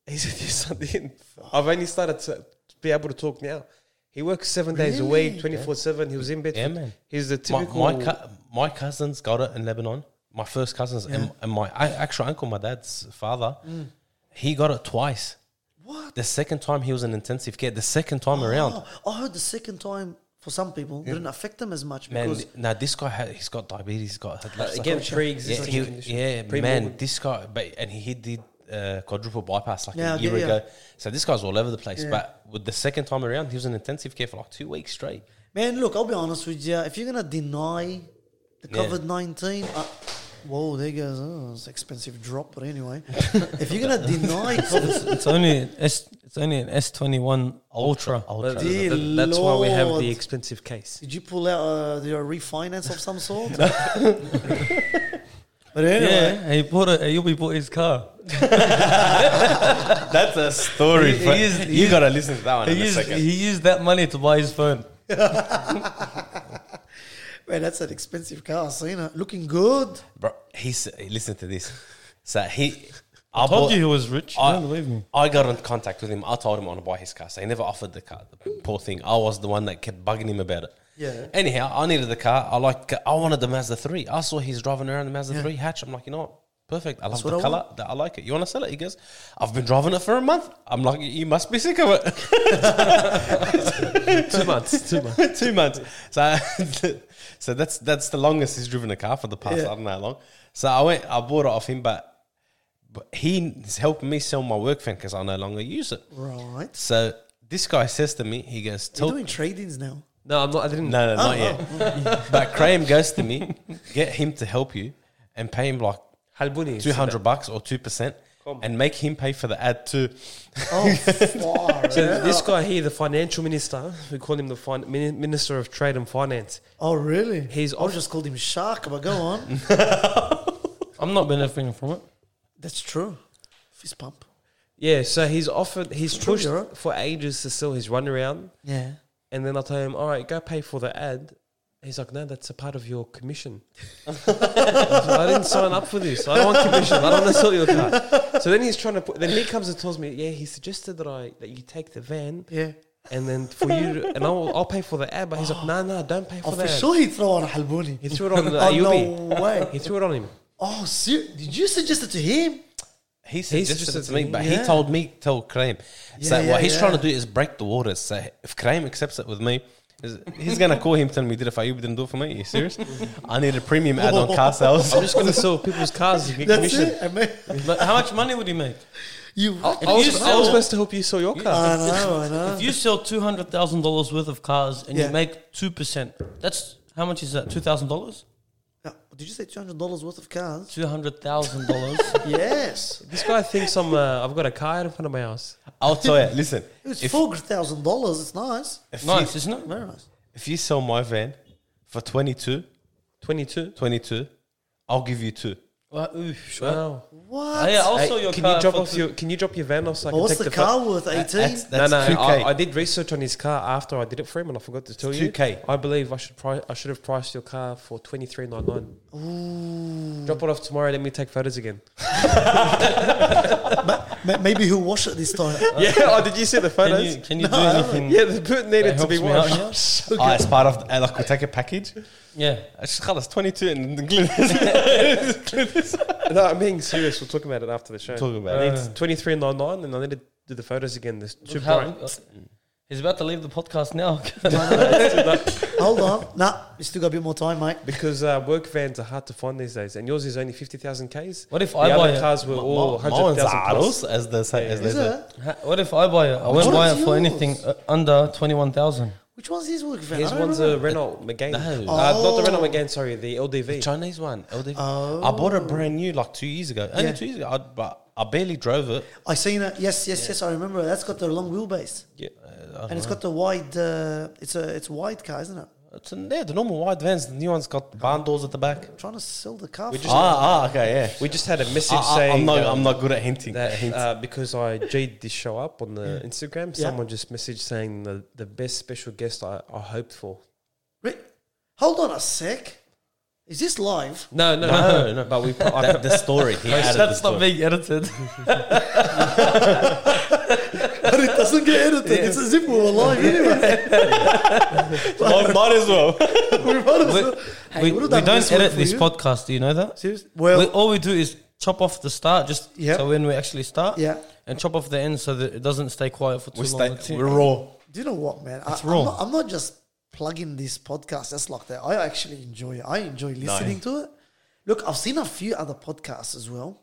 Speaker 1: He said yes, I did. I've only started to be able to talk now. He works seven days a week, twenty four seven. He was in bed.
Speaker 3: Yeah, man.
Speaker 1: He's the
Speaker 3: My,
Speaker 1: typical.
Speaker 3: my, cu- my cousins got it in Lebanon. My first cousins and, and my a- actual uncle, my dad's father, he got it
Speaker 2: Mm.
Speaker 3: twice.
Speaker 2: What?
Speaker 3: The second time he was in intensive care. The second time around,
Speaker 2: Oh, I heard the second time for some people didn't affect them as much
Speaker 3: man.
Speaker 2: because
Speaker 3: Now this guy had, he's got diabetes. He's got had lots of-
Speaker 1: again,
Speaker 3: yeah,
Speaker 1: pre-existing
Speaker 3: he-
Speaker 1: condition.
Speaker 3: yeah, man.
Speaker 1: Pre-morbid.
Speaker 3: This guy, but, and he did uh, quadruple bypass like
Speaker 2: Yeah,
Speaker 3: a
Speaker 2: okay,
Speaker 3: year
Speaker 2: yeah.
Speaker 3: ago. So this guy's all over the place.
Speaker 2: Yeah.
Speaker 3: But with the second time around, he was in intensive care for like two weeks straight.
Speaker 2: Man, look, I'll be honest with you. If you're gonna deny the
Speaker 3: Yeah.
Speaker 2: COVID nineteen, uh, whoa, there goes oh, it's an expensive drop. But anyway, if you're gonna deny COVID,
Speaker 4: It's only an S. It's only an S twenty one Ultra.
Speaker 1: But
Speaker 3: Ultra.
Speaker 2: Dear
Speaker 1: th- that's why we have
Speaker 2: Lord.
Speaker 1: the expensive case.
Speaker 2: did you pull out uh, your refinance of some sort? but anyway,
Speaker 4: Yeah, he bought a. He bought his car.
Speaker 3: That's a story.
Speaker 4: He- he
Speaker 3: but
Speaker 4: is- he
Speaker 3: you
Speaker 4: is-
Speaker 3: gotta listen to that one in
Speaker 4: He
Speaker 3: a
Speaker 4: used,
Speaker 3: second.
Speaker 4: he used that money to buy his phone.
Speaker 2: man, that's an expensive car. I seen it, looking good.
Speaker 3: Bro, he's listen to this. So he, I,
Speaker 4: I told
Speaker 3: bought-
Speaker 4: you he was rich.
Speaker 3: I,
Speaker 4: Don't believe me.
Speaker 3: I got in contact with him. I told him I want to buy his car. So he never offered the car. The poor thing. I was the one that kept bugging him about it.
Speaker 2: Yeah.
Speaker 3: Anyhow, I needed the car. I like. I wanted the Mazda three. I saw he's driving around the Mazda
Speaker 2: Yeah.
Speaker 3: three hatch. I'm like, you know what? Perfect. I love
Speaker 2: what
Speaker 3: the
Speaker 2: I
Speaker 3: color. I like it. You want to sell it? He goes, I've been driving it for a month. I'm like, you must be sick of it.
Speaker 1: two months. Two months.
Speaker 3: two months. So, so that's that's the longest he's driven a car for the past
Speaker 2: Yeah.
Speaker 3: I don't know how long. So I went, I bought it off him, but, but he's helping me sell my work van because I no longer use it.
Speaker 2: Right,
Speaker 3: So this guy says to me, he goes,
Speaker 2: you're
Speaker 3: "Tell
Speaker 2: doing trade-ins now.
Speaker 1: No, I'm not. I didn't.
Speaker 3: no, no, not yet." but Graham goes to me, get him to help you, and pay him like
Speaker 1: Halbuni.
Speaker 3: two hundred bucks or two percent, and make him pay for the ad too.
Speaker 2: Oh, far.
Speaker 1: So this guy here, the financial minister, we call him the fin- min- minister of trade and finance.
Speaker 2: oh, really?
Speaker 1: He's
Speaker 2: I
Speaker 1: off-
Speaker 2: just called him Shark, but go on.
Speaker 4: I'm not benefiting from it.
Speaker 2: That's true. Fist pump.
Speaker 1: Yeah, so he's offered. He's
Speaker 2: True,
Speaker 1: pushed
Speaker 2: yeah.
Speaker 1: for ages to sell his runaround,
Speaker 2: Yeah.
Speaker 1: and then I tell him, "All right, go pay for the ad." He's like, "No, that's a part of your commission." I didn't sign up for this. I don't want commission. I don't want to sell your car. So then he's trying to. Put, then he comes and tells me, "Yeah, he suggested that I that you take the van,
Speaker 2: Yeah.
Speaker 1: and then for you, to, and I'll, I'll pay for the ad." But he's like, "No, no, don't pay
Speaker 2: Oh,
Speaker 1: for
Speaker 2: for
Speaker 1: that."
Speaker 2: sure he throw on Halbuni.
Speaker 1: He threw it on the
Speaker 2: Oh,
Speaker 1: Ayubi.
Speaker 2: no way.
Speaker 1: He threw it on him.
Speaker 2: Oh, ser- did you suggest it to him?
Speaker 3: He suggested
Speaker 1: suggested
Speaker 3: it to me,
Speaker 1: to me,
Speaker 3: but
Speaker 2: yeah.
Speaker 3: he told me tell Graham. so
Speaker 2: Yeah, yeah,
Speaker 3: what he's
Speaker 2: yeah.
Speaker 3: trying to do is break the waters. So if Graham accepts it with me, is- he's gonna call him telling me did if Ayub didn't do it for me. you serious? I need a premium ad on car sales.
Speaker 1: I'm just going to sell people's cars to get
Speaker 2: That's
Speaker 1: commission.
Speaker 2: it. I mean,
Speaker 4: But how much money would he make?
Speaker 2: you.
Speaker 1: I, I
Speaker 4: you
Speaker 1: was, I
Speaker 4: sell-
Speaker 1: was supposed to help you sell your car.
Speaker 2: I know, I know.
Speaker 4: If you sell two hundred thousand dollars worth of cars and
Speaker 2: Yeah.
Speaker 4: you make two percent, that's how much is that? Two thousand dollars?
Speaker 2: Uh, Did you say two hundred dollars worth of cars?
Speaker 4: Two hundred thousand dollars.
Speaker 2: yes,
Speaker 1: This guy thinks I'm. Uh, I've got a car out in front of my house.
Speaker 3: I'll tell you. Listen,
Speaker 2: it was
Speaker 3: if,
Speaker 2: four thousand dollars. It's nice,
Speaker 3: if
Speaker 4: Nice,
Speaker 3: you,
Speaker 4: isn't it?
Speaker 2: very nice.
Speaker 3: if you sell my van for 22,
Speaker 1: 22.
Speaker 3: 22, I'll give you two.
Speaker 4: Well, oof, well,
Speaker 1: Wow.
Speaker 2: What?
Speaker 4: oh, yeah, I'll
Speaker 1: Hey,
Speaker 4: sell your
Speaker 1: can
Speaker 4: car.
Speaker 1: you drop
Speaker 4: for
Speaker 1: off
Speaker 4: two-
Speaker 1: your? Can you drop your van off so I
Speaker 2: But
Speaker 1: can
Speaker 2: what's
Speaker 1: take
Speaker 2: the
Speaker 1: the
Speaker 2: car
Speaker 1: pho-
Speaker 2: worth? Eighteen.
Speaker 3: That's, that's
Speaker 1: no, no.
Speaker 3: 2K.
Speaker 1: I, I did research on his car after I did it for him, and I forgot to tell you.
Speaker 3: 2K.
Speaker 1: I believe I should. Pri- I should have priced your car for twenty three nine nine. Drop it off tomorrow. Let me take photos again.
Speaker 2: Ma- Maybe he'll wash it this time.
Speaker 1: yeah. Oh, did you see the
Speaker 4: Can
Speaker 1: photos?
Speaker 4: you can you do anything?
Speaker 1: yeah, the boot needed
Speaker 4: That
Speaker 1: to be
Speaker 4: helps me out
Speaker 1: washed.
Speaker 4: here.
Speaker 3: Ah, as part of the, like we take a package.
Speaker 4: Yeah.
Speaker 3: It's just it's 22 and include this.
Speaker 1: no, I'm being serious. We'll talk about it after the show.
Speaker 3: Talk about it.
Speaker 1: It's twenty three nine nine, and I need to do the photos again. There's too
Speaker 4: Look how-
Speaker 1: bright.
Speaker 4: He's about to leave the podcast now.
Speaker 2: Hold on. Nah, we still got a bit more time, mate.
Speaker 1: Because uh, work vans are hard to find these days, and yours is only fifty thousand k's.
Speaker 4: What if
Speaker 1: the
Speaker 4: I buy
Speaker 1: other
Speaker 4: it?
Speaker 1: cars were all
Speaker 3: My- my one's
Speaker 1: hundred thousand
Speaker 3: Aros,
Speaker 1: plus?
Speaker 3: as they say. As they
Speaker 2: Is
Speaker 3: say.
Speaker 2: it?
Speaker 4: Ha- what if I buy it? I won't
Speaker 2: What
Speaker 4: buy
Speaker 2: is
Speaker 4: it for
Speaker 2: yours?
Speaker 4: anything uh, under twenty one thousand.
Speaker 2: Which one's his work van?
Speaker 1: His
Speaker 2: I don't
Speaker 1: one's a
Speaker 2: remember.
Speaker 1: Renault Megane.
Speaker 3: No.
Speaker 1: Uh, not the
Speaker 2: Oh.
Speaker 1: Renault Megane, sorry, the LDV.
Speaker 3: The Chinese one. LDV.
Speaker 2: Oh.
Speaker 3: I bought a brand new like two years ago. Only
Speaker 2: Yeah.
Speaker 3: two years ago. I, but I barely drove it.
Speaker 2: I seen it. Yes, yes, yes. I remember. That's got the long wheelbase,
Speaker 1: yeah.
Speaker 3: Uh,
Speaker 2: and it's got the wide. Uh, it's a it's a wide car, isn't it?
Speaker 3: it's in there. The normal wide vans. The new one's got barn doors at the back.
Speaker 2: I'm trying to sell the car.
Speaker 1: We
Speaker 2: for-
Speaker 1: just-
Speaker 3: Ah, ah, okay, yeah.
Speaker 1: We just had a message
Speaker 3: I,
Speaker 1: saying
Speaker 3: am not.
Speaker 1: that,
Speaker 3: I'm not good at hinting.
Speaker 1: that,
Speaker 3: Hint.
Speaker 1: uh, because I G'd this show up on the Instagram,
Speaker 2: Mm. Yeah.
Speaker 1: someone just messaged saying the, the best special guest I, I hoped for.
Speaker 2: Re- Hold on a sec. Is this live?
Speaker 1: No, no,
Speaker 3: No,
Speaker 1: no.
Speaker 3: no.
Speaker 1: But we put, I
Speaker 3: That- the story. He added the
Speaker 4: That's
Speaker 3: story.
Speaker 4: not being edited.
Speaker 2: but it doesn't get edited. It's as if we were live anyway.
Speaker 3: Might- might as well.
Speaker 2: we might as
Speaker 4: We-
Speaker 2: well. Hey,
Speaker 4: we,
Speaker 2: what
Speaker 4: we
Speaker 2: have done
Speaker 4: don't
Speaker 2: this work
Speaker 4: edit
Speaker 2: for
Speaker 4: this
Speaker 2: you.
Speaker 4: podcast. Do you know that?
Speaker 2: Seriously? Well,
Speaker 4: We- all we do is chop off the start, just
Speaker 2: Yeah.
Speaker 4: so when we actually start,
Speaker 2: Yeah.
Speaker 4: and chop off the end so that it doesn't stay quiet for too
Speaker 3: We
Speaker 4: long.
Speaker 3: stay, we're raw.
Speaker 2: do you know what, man? I,
Speaker 4: It's
Speaker 2: I'm,
Speaker 4: raw.
Speaker 2: not, I'm not just plugging this podcast just like that. I actually enjoy it. I enjoy listening to it. Look, I've seen a few other podcasts as well,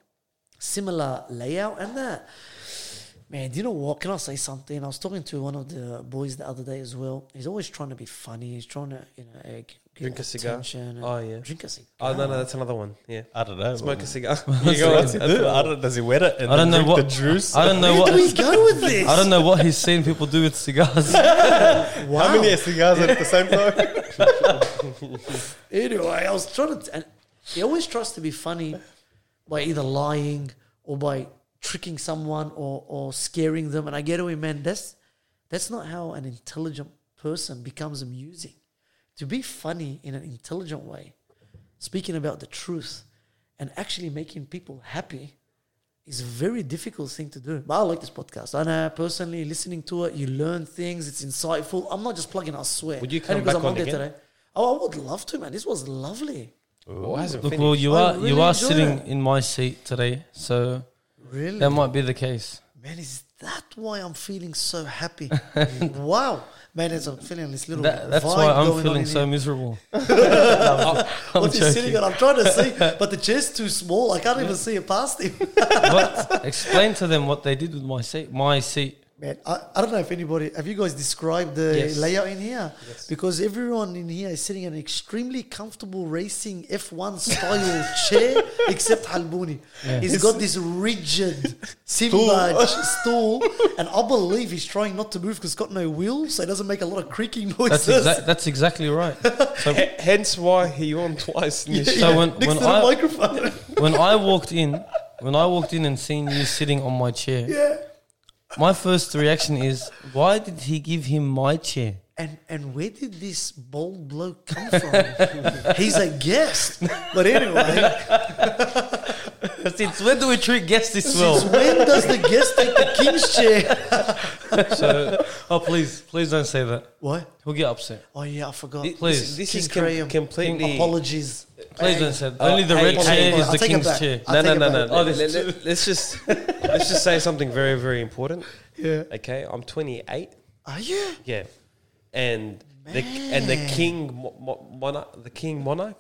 Speaker 2: similar layout and that. Man, do you know what? Can I say something? I was talking to one of the boys the other day as well. He's always trying to be funny. He's trying to, you know, eh, g- get
Speaker 1: Drink a cigar.
Speaker 2: attention and
Speaker 1: Oh, yeah.
Speaker 2: Drink a cigar.
Speaker 1: Oh, no, no, that's another one. Yeah.
Speaker 3: I don't know.
Speaker 1: Smoke a cigar.
Speaker 3: You go, what's he
Speaker 1: Oh. That's
Speaker 3: do?
Speaker 1: what-
Speaker 3: I don't, does he wet it and
Speaker 4: I don't
Speaker 3: then
Speaker 4: know
Speaker 3: drink
Speaker 4: what-
Speaker 3: the juice?
Speaker 4: I don't know
Speaker 2: Where
Speaker 4: what
Speaker 2: do we go with this?
Speaker 4: I don't know what he's seen people do with cigars.
Speaker 2: Wow.
Speaker 3: How many cigars at the same time?
Speaker 2: Anyway, I was trying to. And he always tries to be funny by either lying or by tricking someone or, or scaring them. And I get away, man. That's that's not how an intelligent person becomes amusing. To be funny in an intelligent way, speaking about the truth, and actually making people happy is a very difficult thing to do. But I like this podcast. I know personally listening to it, you learn things. It's insightful. I'm not just plugging. I swear.
Speaker 1: Would you
Speaker 2: Only
Speaker 1: come
Speaker 2: because
Speaker 1: back
Speaker 2: I'm not
Speaker 1: on
Speaker 2: there
Speaker 1: again?
Speaker 2: Oh, I would love to, man. This was lovely.
Speaker 1: Well, it hasn't
Speaker 4: Look,
Speaker 1: finished.
Speaker 4: well, you
Speaker 2: I
Speaker 4: are
Speaker 2: really
Speaker 4: you are
Speaker 2: enjoy
Speaker 4: sitting
Speaker 2: it.
Speaker 4: in my seat today, so
Speaker 2: Really?
Speaker 4: that might be the case.
Speaker 2: Man, is that why I'm feeling so happy? wow. Man, it's, I'm feeling this little
Speaker 4: That, that's
Speaker 2: vibe
Speaker 4: why
Speaker 2: going
Speaker 4: I'm
Speaker 2: on
Speaker 4: feeling
Speaker 2: in
Speaker 4: so
Speaker 2: here.
Speaker 4: miserable.
Speaker 2: What
Speaker 4: I'm
Speaker 2: he's sitting
Speaker 4: joking.
Speaker 2: on, I'm trying to see, but the chair's too small. I can't even see it past him.
Speaker 4: But explain to them what they did with my seat. My seat.
Speaker 2: Man, I, I don't know if anybody have you guys described the
Speaker 1: Yes.
Speaker 2: layout in here because everyone in here is sitting in an extremely comfortable racing F1 style chair except Halbuni. He's got this rigid Simba stool, and I believe he's trying not to move because it's got no wheels, so it doesn't make a lot of creaking noises.
Speaker 4: That's exa- that's exactly right. So
Speaker 1: H- hence why he won twice in this
Speaker 4: So when-
Speaker 2: next
Speaker 4: when
Speaker 2: to the
Speaker 4: I-
Speaker 2: microphone,
Speaker 4: when I walked in, when I walked in and seen you sitting on my chair,
Speaker 2: yeah.
Speaker 4: my first reaction is, why did he give him my chair?
Speaker 2: And and where did this bold bloke come from? he's a guest, but anyway.
Speaker 4: Since when do we treat guests this
Speaker 2: Since
Speaker 4: well?
Speaker 2: when does the guest take the king's chair?
Speaker 4: So, oh please, please don't say that.
Speaker 2: What?
Speaker 4: He'll get upset.
Speaker 2: Oh yeah, I forgot.
Speaker 1: This-
Speaker 4: Please.
Speaker 1: This,
Speaker 2: King
Speaker 1: is com-
Speaker 2: Graham.
Speaker 1: completely.
Speaker 2: Apologies.
Speaker 4: Please don't say that. Only the
Speaker 1: hey,
Speaker 4: red
Speaker 1: hey,
Speaker 4: chair
Speaker 1: hey,
Speaker 4: is
Speaker 2: uh, I'll
Speaker 4: the
Speaker 2: take it
Speaker 4: king's
Speaker 2: back.
Speaker 4: chair.
Speaker 2: I'll
Speaker 1: no,
Speaker 2: take
Speaker 1: no,
Speaker 2: it
Speaker 1: no, no,
Speaker 2: back.
Speaker 1: no. Let, let, let's just Oh, let's just say something very, very important.
Speaker 2: Yeah.
Speaker 1: Okay, I'm 28.
Speaker 2: Are you?
Speaker 1: Yeah, and the and the king mo- mo- monarch, the king monarch,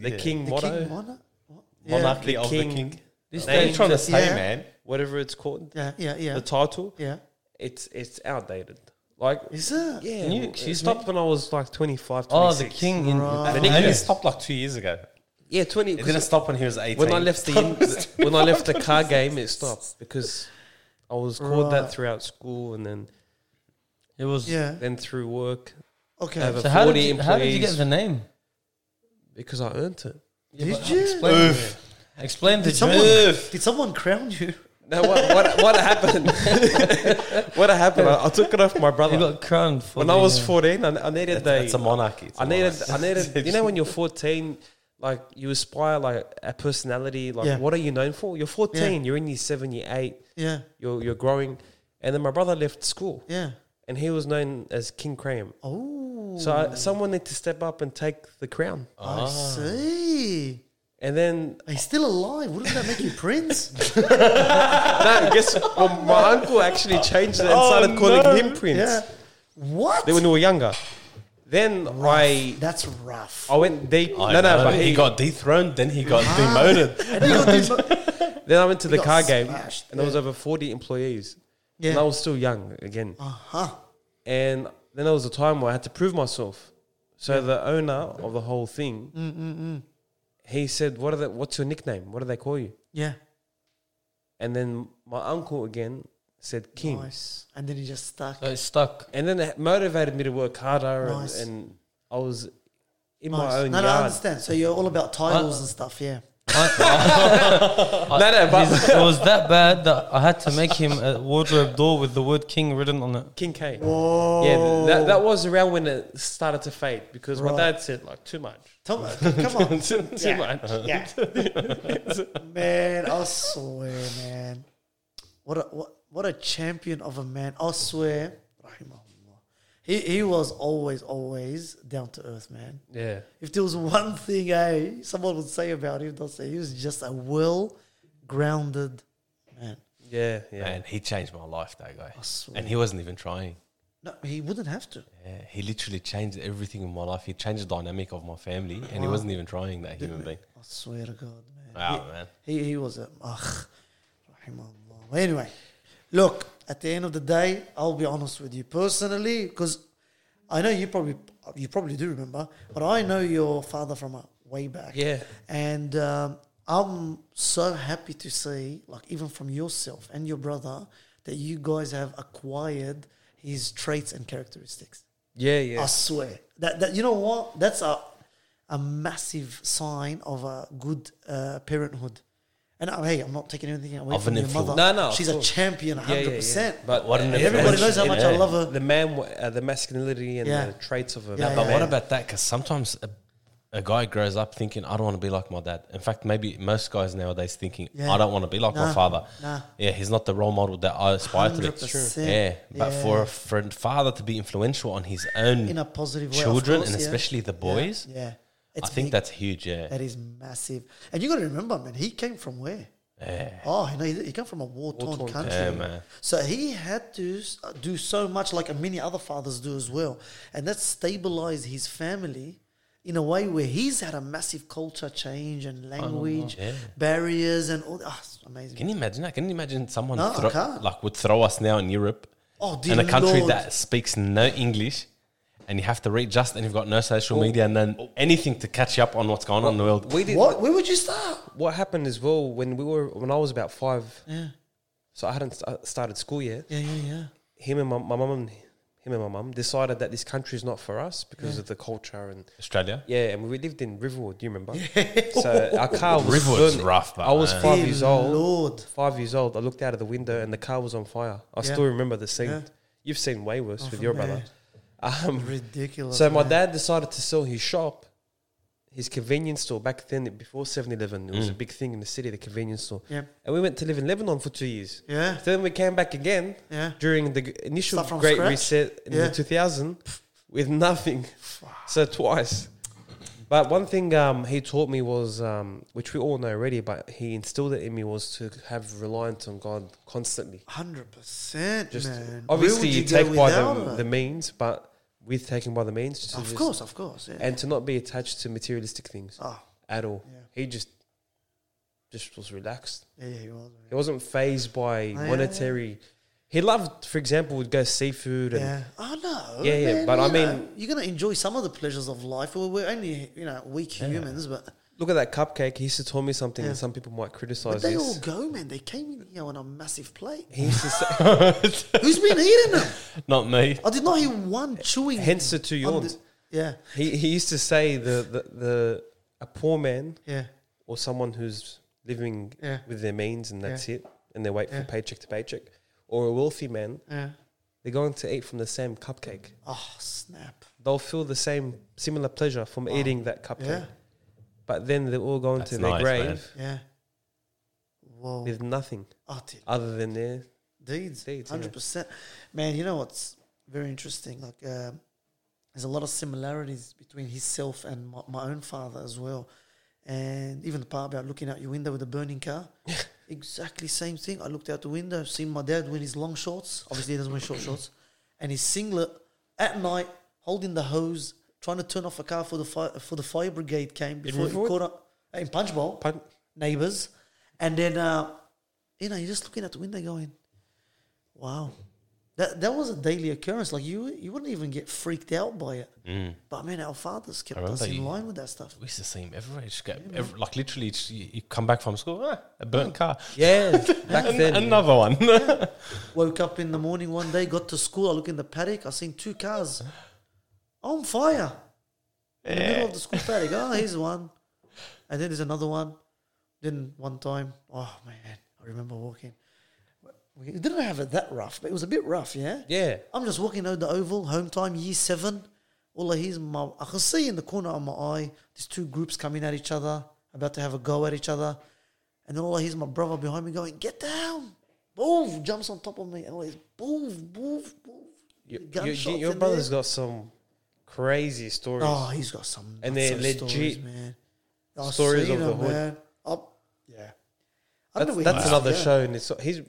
Speaker 1: the king
Speaker 2: The
Speaker 1: motto,
Speaker 2: king monarch? What? Yeah.
Speaker 3: monarchy of the king.
Speaker 4: This
Speaker 1: Name
Speaker 3: What are
Speaker 4: day,
Speaker 3: you trying to
Speaker 4: just-
Speaker 3: say,
Speaker 2: Yeah.
Speaker 3: man?
Speaker 1: whatever it's called,
Speaker 2: Yeah, yeah, yeah.
Speaker 1: the title,
Speaker 2: yeah.
Speaker 1: it's it's outdated. Like,
Speaker 2: Is it?
Speaker 1: yeah,
Speaker 4: Can you
Speaker 1: w- it
Speaker 4: excuse
Speaker 1: stopped when I was like 25.
Speaker 4: oh, the
Speaker 1: 26.
Speaker 4: king in
Speaker 2: Right.
Speaker 1: The
Speaker 3: It only
Speaker 1: nickname.
Speaker 3: stopped like two years ago.
Speaker 1: Yeah, 20.
Speaker 3: It didn't stop when he was 18.
Speaker 1: when I left the in, when I left the car game, it stopped because I was called
Speaker 2: Right.
Speaker 1: that throughout school and then
Speaker 4: It was.
Speaker 2: Yeah.
Speaker 1: then through work
Speaker 2: Okay.
Speaker 1: Have a-
Speaker 4: So how did,
Speaker 1: 40
Speaker 4: you, how did you get
Speaker 1: employees.
Speaker 4: the name?
Speaker 1: because I earned it.
Speaker 2: did you?
Speaker 4: Explain, explain the
Speaker 2: Did someone,
Speaker 4: journey.
Speaker 2: did someone crown you?
Speaker 1: No, what what, what happened? what happened? I, I took it off my
Speaker 4: You
Speaker 1: brother
Speaker 4: got crowned for
Speaker 1: when
Speaker 4: the,
Speaker 1: I was
Speaker 4: uh,
Speaker 1: 14. I, I needed
Speaker 3: It's,
Speaker 1: the
Speaker 3: it's a monarchy. It's a
Speaker 1: I needed,
Speaker 3: monarchy.
Speaker 1: I needed. You know, when you're 14, like you aspire like a personality. Like,
Speaker 2: Yeah.
Speaker 1: what are you known for? You're 14. You're in year seven, year eight.
Speaker 2: Yeah,
Speaker 1: You're you're growing. And then my brother left school,
Speaker 2: yeah.
Speaker 1: and he was known as King Cram.
Speaker 2: Oh,
Speaker 1: So I, someone need to step up and take the crown.
Speaker 2: I see.
Speaker 1: And then
Speaker 2: He's still alive. Wouldn't that make you prince?
Speaker 1: no, guess well, my uncle actually changed it and started calling him Prince
Speaker 2: Oh, yeah. What?
Speaker 1: then when we were younger. Then I
Speaker 2: That's rough.
Speaker 1: I went deep.
Speaker 3: I
Speaker 1: no, no,
Speaker 3: know,
Speaker 1: but he, got.
Speaker 3: got dethroned, then he got demoted.
Speaker 2: And you got this-
Speaker 1: Then I went to the
Speaker 2: got
Speaker 1: car game,
Speaker 2: smashed,
Speaker 1: and there was over 40 employees,
Speaker 2: yeah.
Speaker 1: and I was still young again.
Speaker 2: uh-huh.
Speaker 1: and then there was a time where I had to prove myself. So the owner of the whole thing,
Speaker 2: Mm,
Speaker 1: he said, "What are the, What's your nickname? What do they call you?"
Speaker 2: Yeah.
Speaker 1: And then my uncle again said King,
Speaker 2: Nice. And then he just stuck.
Speaker 4: So it's stuck.
Speaker 1: and then it motivated me to work harder,
Speaker 2: Nice.
Speaker 1: and, and I was in
Speaker 2: Nice.
Speaker 1: my own
Speaker 2: no, no, I
Speaker 1: yard.
Speaker 2: understand. So you're all about titles and stuff, yeah.
Speaker 4: I-
Speaker 1: No, no, but-
Speaker 4: this- it was that bad that I had to make him a wardrobe door with the word king written on it.
Speaker 1: King K.
Speaker 2: Whoa.
Speaker 1: Yeah, that, that was around when it started to fade because my
Speaker 2: Right.
Speaker 1: dad said like too much,
Speaker 2: Tell me- come on.
Speaker 1: too much.
Speaker 2: yeah. man, I swear, man. What a what, what a champion of a man. I swear. Rahimahullah. He he was always, always down to earth, man.
Speaker 1: Yeah,
Speaker 2: If there was one thing eh, someone would say about him, they'll say he was just a well grounded man.
Speaker 1: yeah, yeah.
Speaker 3: Man, he changed my life, that guy.
Speaker 2: swear.
Speaker 3: And he wasn't even trying.
Speaker 2: No, he wouldn't have to.
Speaker 3: Yeah, he literally changed everything in my life. He changed the dynamic of my family, and he wasn't even trying that human being.
Speaker 2: I swear to God, man.
Speaker 3: Wow, man.
Speaker 2: He he was a ugh, rahimahullah. Anyway, look. At the end of the day, I'll be honest with you personally, because I know you probably you probably do remember, but I know your father from a way back.
Speaker 1: Yeah.
Speaker 2: and um, I'm so happy to see, like even from yourself and your brother, that you guys have acquired his traits and characteristics.
Speaker 1: Yeah, yeah.
Speaker 2: I swear that that you know what? That's a a massive sign of a good uh, parenthood. And uh, hey, I'm not taking anything away
Speaker 3: Of
Speaker 2: from
Speaker 3: an
Speaker 2: your
Speaker 3: influence.
Speaker 2: mother.
Speaker 1: No, no, of
Speaker 2: she's a
Speaker 1: course.
Speaker 2: champion,
Speaker 1: Yeah, yeah,
Speaker 2: hundred
Speaker 1: yeah.
Speaker 2: percent.
Speaker 1: But
Speaker 3: What an
Speaker 1: yeah,
Speaker 3: advantage.
Speaker 2: Everybody knows how much I
Speaker 3: Yeah.
Speaker 2: love her.
Speaker 1: the man, uh, the masculinity and
Speaker 2: Yeah.
Speaker 1: the traits of a
Speaker 2: Yeah,
Speaker 3: But
Speaker 1: man.
Speaker 3: what about that? Because sometimes a, a guy grows up thinking, I don't want to be like my dad. In fact, maybe most guys nowadays thinking,
Speaker 2: Yeah.
Speaker 3: I don't want to be like
Speaker 2: Nah,
Speaker 3: my father.
Speaker 2: nah.
Speaker 3: Yeah, he's not the role model that I aspire to be.
Speaker 2: 100%.
Speaker 3: Yeah, but
Speaker 2: Yeah.
Speaker 3: for a friend, father to be influential on his own
Speaker 2: in a positive way. of
Speaker 3: children
Speaker 2: course,
Speaker 3: and
Speaker 2: yeah.
Speaker 3: especially the
Speaker 2: Yeah,
Speaker 3: boys,
Speaker 2: Yeah,
Speaker 3: I think
Speaker 2: big.
Speaker 3: that's huge. Yeah.
Speaker 2: that is massive. And you got to remember, man, he came from where?
Speaker 3: yeah.
Speaker 2: Oh, you know, he he came from a war-torn
Speaker 1: War-torn
Speaker 2: country.
Speaker 3: Yeah, man.
Speaker 2: So he had to s- uh, do so much, like many other fathers do as well, and that stabilized his family in a way where he's had a massive culture change and language
Speaker 3: yeah.
Speaker 2: barriers and all. Oh, it's amazing.
Speaker 3: Can you imagine that? Can you imagine someone
Speaker 2: No, I
Speaker 3: thro-
Speaker 2: can't.
Speaker 3: like would throw us now in Europe
Speaker 2: Oh, dear
Speaker 3: in a country
Speaker 2: Lord.
Speaker 3: that speaks no English and you have to read just and you've got no
Speaker 2: Oh.
Speaker 3: social media and then anything to catch up on what's going on in the world.
Speaker 1: we did
Speaker 2: what? Where would you start?
Speaker 1: what happened as well when we were when I was about five. So I hadn't st- started school yet.
Speaker 2: Yeah, yeah, yeah.
Speaker 1: Him and my, my mum and him and my mum decided that this country is not for us because of the culture and
Speaker 3: Australia?
Speaker 1: yeah, and we lived in Riverwood. Do you remember? so our car was
Speaker 3: Riverwood's
Speaker 1: burnt.
Speaker 3: rough, uh,
Speaker 1: I was
Speaker 3: man.
Speaker 1: five
Speaker 2: Dear
Speaker 1: years old.
Speaker 2: Lord.
Speaker 1: Five years old. I looked out of the window and the car was on fire. I
Speaker 2: Yeah.
Speaker 1: still remember the scene.
Speaker 2: Yeah. Oh,
Speaker 1: You've seen way worse with your brother. Um,
Speaker 2: Ridiculous.
Speaker 1: So my
Speaker 2: man.
Speaker 1: dad decided to sell his shop, his convenience store back then before 7-Eleven. It was a big thing in the city, the convenience store.
Speaker 2: Yep.
Speaker 1: And we went to live in Lebanon for two years.
Speaker 2: Yeah.
Speaker 1: Then we came back again
Speaker 2: Yeah.
Speaker 1: during the g- initial
Speaker 2: Start from
Speaker 1: Great
Speaker 2: scratch?
Speaker 1: Reset in
Speaker 2: Yeah.
Speaker 1: the 2000 with nothing. So twice. But one thing um, he taught me was, um, which we all know already, but he instilled it in me was to have reliance on God constantly.
Speaker 2: Hundred percent,
Speaker 1: Just
Speaker 2: man. Where
Speaker 1: obviously
Speaker 2: would
Speaker 1: you,
Speaker 2: go
Speaker 1: take by
Speaker 2: without
Speaker 1: the, the
Speaker 2: it?
Speaker 1: means, but with taking by the means, to
Speaker 2: Of
Speaker 1: just-
Speaker 2: course, of course. Yeah.
Speaker 1: and to not be attached to materialistic things
Speaker 2: oh,
Speaker 1: at all.
Speaker 2: Yeah.
Speaker 1: He just just was relaxed.
Speaker 2: yeah, yeah, he was. man.
Speaker 1: He wasn't phased by
Speaker 2: yeah, yeah.
Speaker 1: monetary. He loved, for example, would go seafood and
Speaker 2: Yeah. Oh no.
Speaker 1: Yeah, yeah, but
Speaker 2: you
Speaker 1: I mean-
Speaker 2: know, you're gonna enjoy some of the pleasures of life. Well, we're only you know weak humans, but
Speaker 1: look at that cupcake. He used to tell me something, and
Speaker 2: Yeah.
Speaker 1: some people might criticize
Speaker 2: but they all
Speaker 1: this.
Speaker 2: go, man. They came in here on a massive plate.
Speaker 1: He used to say,
Speaker 2: Who's been eating them?
Speaker 3: Not me.
Speaker 2: I did not hear one chewing.
Speaker 1: hence the two
Speaker 2: on the-
Speaker 1: yawns.
Speaker 2: yeah,
Speaker 1: He he used to say the, the the a poor man
Speaker 2: yeah,
Speaker 1: or someone who's living
Speaker 2: Yeah.
Speaker 1: with their means and that's it, and they wait
Speaker 2: Yeah.
Speaker 1: from paycheck to paycheck, or a wealthy man,
Speaker 2: yeah.
Speaker 1: they're going to eat from the same cupcake.
Speaker 2: Oh snap!
Speaker 1: they'll feel the same similar pleasure from eating that cupcake.
Speaker 2: Yeah,
Speaker 1: But then they're all going to
Speaker 3: That's
Speaker 1: their
Speaker 3: nice,
Speaker 1: grave
Speaker 3: man.
Speaker 2: yeah. Whoa.
Speaker 1: with nothing
Speaker 2: Oh, dear.
Speaker 1: other than their
Speaker 2: Deeds,
Speaker 1: Deeds, yeah.
Speaker 2: hundred percent. Man, you know what's very interesting? Like, um there's a lot of similarities between himself and my, my own father as well, and even the part about looking out your window with a burning car. exactly same thing. I looked out the window, seen my dad wearing his long shorts. Obviously, he doesn't wear short shorts, and his singlet at night, holding the hose, trying to turn off a car for the fire for the fire brigade came before it
Speaker 1: Riverwood?
Speaker 2: caught up in Punchbowl
Speaker 1: pun-
Speaker 2: neighbors. And then, uh, you know, you're just looking at the window going, wow, That that was a daily occurrence. Like you you wouldn't even get freaked out by it. But man, our fathers kept us
Speaker 3: Mm. remember
Speaker 2: in
Speaker 3: you-
Speaker 2: line with that stuff.
Speaker 3: We used to see him everywhere. Just get, every, like literally, just, you, you come back from school, ah, a burnt car.
Speaker 1: Yeah, back
Speaker 3: An-
Speaker 1: then.
Speaker 3: another one.
Speaker 2: Woke up in the morning one day, got to school, I look in the paddock, I seen two cars on fire. In the middle of the school paddock. Oh, here's one. And then there's another one. Then one time, oh man, I remember walking. We didn't have it that rough, but it was a bit rough, yeah?
Speaker 1: Yeah.
Speaker 2: I'm just walking down the oval, home time, year seven. All I hear is my, I can see in the corner of my eye, these two groups coming at each other, about to have a go at each other. And then all I hear is my brother behind me going, get down. Boof, jumps on top of me. And always, boof, boof, boof.
Speaker 1: Your, your,
Speaker 2: Gunshots
Speaker 1: your
Speaker 2: in
Speaker 1: brother's
Speaker 2: there.
Speaker 1: got some crazy stories.
Speaker 2: Oh, he's got some.
Speaker 1: And
Speaker 2: nuts
Speaker 1: they're
Speaker 2: of stories,
Speaker 1: legit
Speaker 2: man. I
Speaker 1: stories
Speaker 2: seen
Speaker 1: of the
Speaker 2: them,
Speaker 1: hood.
Speaker 2: Man. Up, yeah. I
Speaker 1: that's
Speaker 2: don't know where
Speaker 1: that's
Speaker 2: he's-
Speaker 1: another
Speaker 2: yeah.
Speaker 1: show. And it's, he's,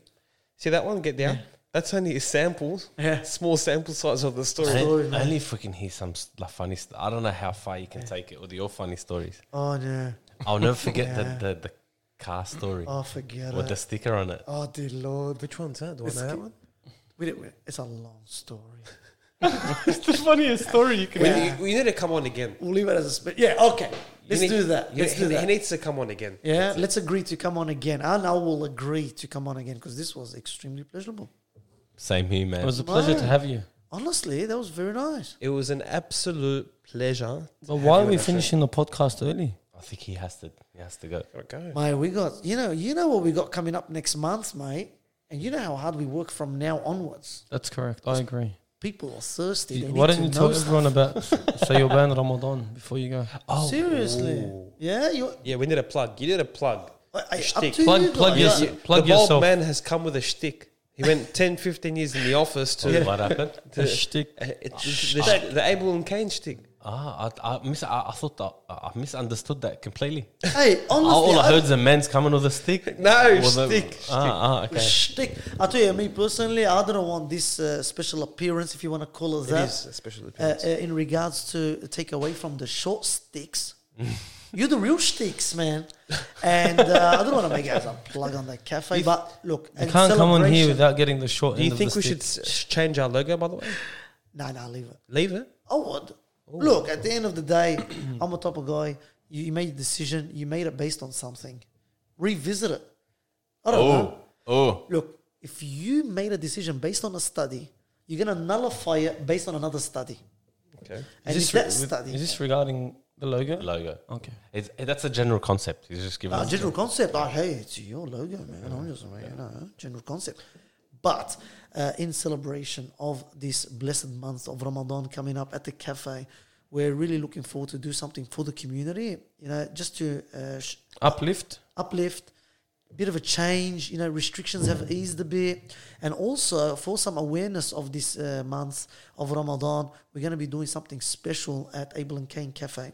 Speaker 1: see that one? Get down. That's only a sample,
Speaker 2: Yeah.
Speaker 1: small sample size of the story.
Speaker 2: Story,
Speaker 3: I
Speaker 2: man.
Speaker 3: only freaking hear some s- like funny. St- I don't know how far you can take it with your funny stories.
Speaker 2: Oh, no.
Speaker 3: I'll never forget
Speaker 2: Yeah.
Speaker 3: the, the the car story
Speaker 2: Oh, forget
Speaker 3: with the
Speaker 2: it.
Speaker 3: sticker on it.
Speaker 2: Oh, dear Lord.
Speaker 1: Which one's that? Do I know
Speaker 2: It's
Speaker 1: that
Speaker 2: good.
Speaker 1: one?
Speaker 2: We didn't, it's a long story.
Speaker 3: It's the funniest story you can.
Speaker 1: We-
Speaker 2: Yeah.
Speaker 1: We, need to come on again.
Speaker 2: We'll leave it as a spit. Yeah, okay.
Speaker 1: You
Speaker 2: Let's
Speaker 1: need-
Speaker 2: do that.
Speaker 1: you-
Speaker 2: Let's
Speaker 1: he,
Speaker 2: do
Speaker 1: He
Speaker 2: that.
Speaker 1: needs to come on again.
Speaker 2: Yeah, let's agree to come on again. And I will agree to come on again because this was extremely pleasurable.
Speaker 3: Same here, man.
Speaker 4: It was a pleasure to
Speaker 2: Right.
Speaker 4: have you.
Speaker 2: Honestly, that was very nice.
Speaker 1: It was an absolute pleasure.
Speaker 4: But why are
Speaker 1: you on our
Speaker 4: we
Speaker 1: show.
Speaker 4: finishing the podcast early?
Speaker 3: I think he has to. He has to go.
Speaker 1: Go.
Speaker 2: Mate, we got you know, you know what we got coming up next month, mate. And you know how hard we work from now onwards.
Speaker 4: That's correct. I agree.
Speaker 2: People are thirsty. They need
Speaker 4: Why don't
Speaker 2: to
Speaker 4: you
Speaker 2: know
Speaker 4: tell everyone about say your band Ramadan before you go?
Speaker 1: Oh,
Speaker 2: stuff. Seriously. Yeah, you
Speaker 1: Yeah, we need a plug. You need a plug.
Speaker 2: I, I, up
Speaker 1: Shtick.
Speaker 2: to
Speaker 4: Plug-
Speaker 2: you
Speaker 4: plug
Speaker 2: guys.
Speaker 4: yourself.
Speaker 1: You-
Speaker 4: plug
Speaker 1: the bald
Speaker 4: yourself.
Speaker 1: man has come with a shtick. He went 10, 15 years in the office to.
Speaker 3: What happened?
Speaker 1: to
Speaker 4: A Oh, shtick.
Speaker 1: uh, it- the, the, the Abel and Cain shtick.
Speaker 3: Ah, I, I, mis- I, I thought that, I I misunderstood that completely.
Speaker 2: Hey, honestly,
Speaker 3: All
Speaker 2: I-
Speaker 3: I heard is a man's coming with a stick.
Speaker 1: No,
Speaker 3: With a-
Speaker 1: stick,
Speaker 3: Ah, ah,
Speaker 2: It's
Speaker 3: okay.
Speaker 2: shtick. I tell you, me personally, I don't want this uh, special appearance, if you want to call it
Speaker 1: It
Speaker 2: that,
Speaker 1: is a special
Speaker 2: uh,
Speaker 1: appearance.
Speaker 2: uh, in regards to take away from the short sticks. You're the real sticks, man. And uh, I don't want to make it as a plug on the cafe, but look,
Speaker 4: You can't come on here without getting the short
Speaker 1: Do
Speaker 4: end
Speaker 1: you
Speaker 4: of
Speaker 1: think
Speaker 4: the
Speaker 1: we
Speaker 4: stick.
Speaker 1: should s- change our logo, by the way?
Speaker 2: No, no, leave it.
Speaker 1: Leave it.
Speaker 2: I would.
Speaker 4: Oh.
Speaker 2: Look, at the end of the day, I'm a type of guy. You, you made a decision. You made it based on something. Revisit it. I
Speaker 1: ah,
Speaker 2: don't know.
Speaker 3: Oh, oh.
Speaker 2: look, if you made a decision based on a study, you're gonna nullify it based on another study.
Speaker 1: Okay.
Speaker 2: And
Speaker 4: Is
Speaker 2: if
Speaker 4: this, re-
Speaker 2: that study,
Speaker 4: is this regarding the logo?
Speaker 3: Logo.
Speaker 4: Okay.
Speaker 3: It's, eh, that's a general concept. He's just giving.
Speaker 2: uh,
Speaker 3: us-
Speaker 2: general concept, oh, hey, it's your logo, man. I'm just, you know, general concept. But uh, in celebration of this blessed month of Ramadan coming up at the cafe, we're really looking forward to do something for the community. You know, just to uh, sh-
Speaker 4: Uplift.
Speaker 2: uplift, bit of a change. You know, restrictions have eased a bit, and also for some awareness of this uh, month of Ramadan, we're going to be doing something special at Abel and Kane Cafe,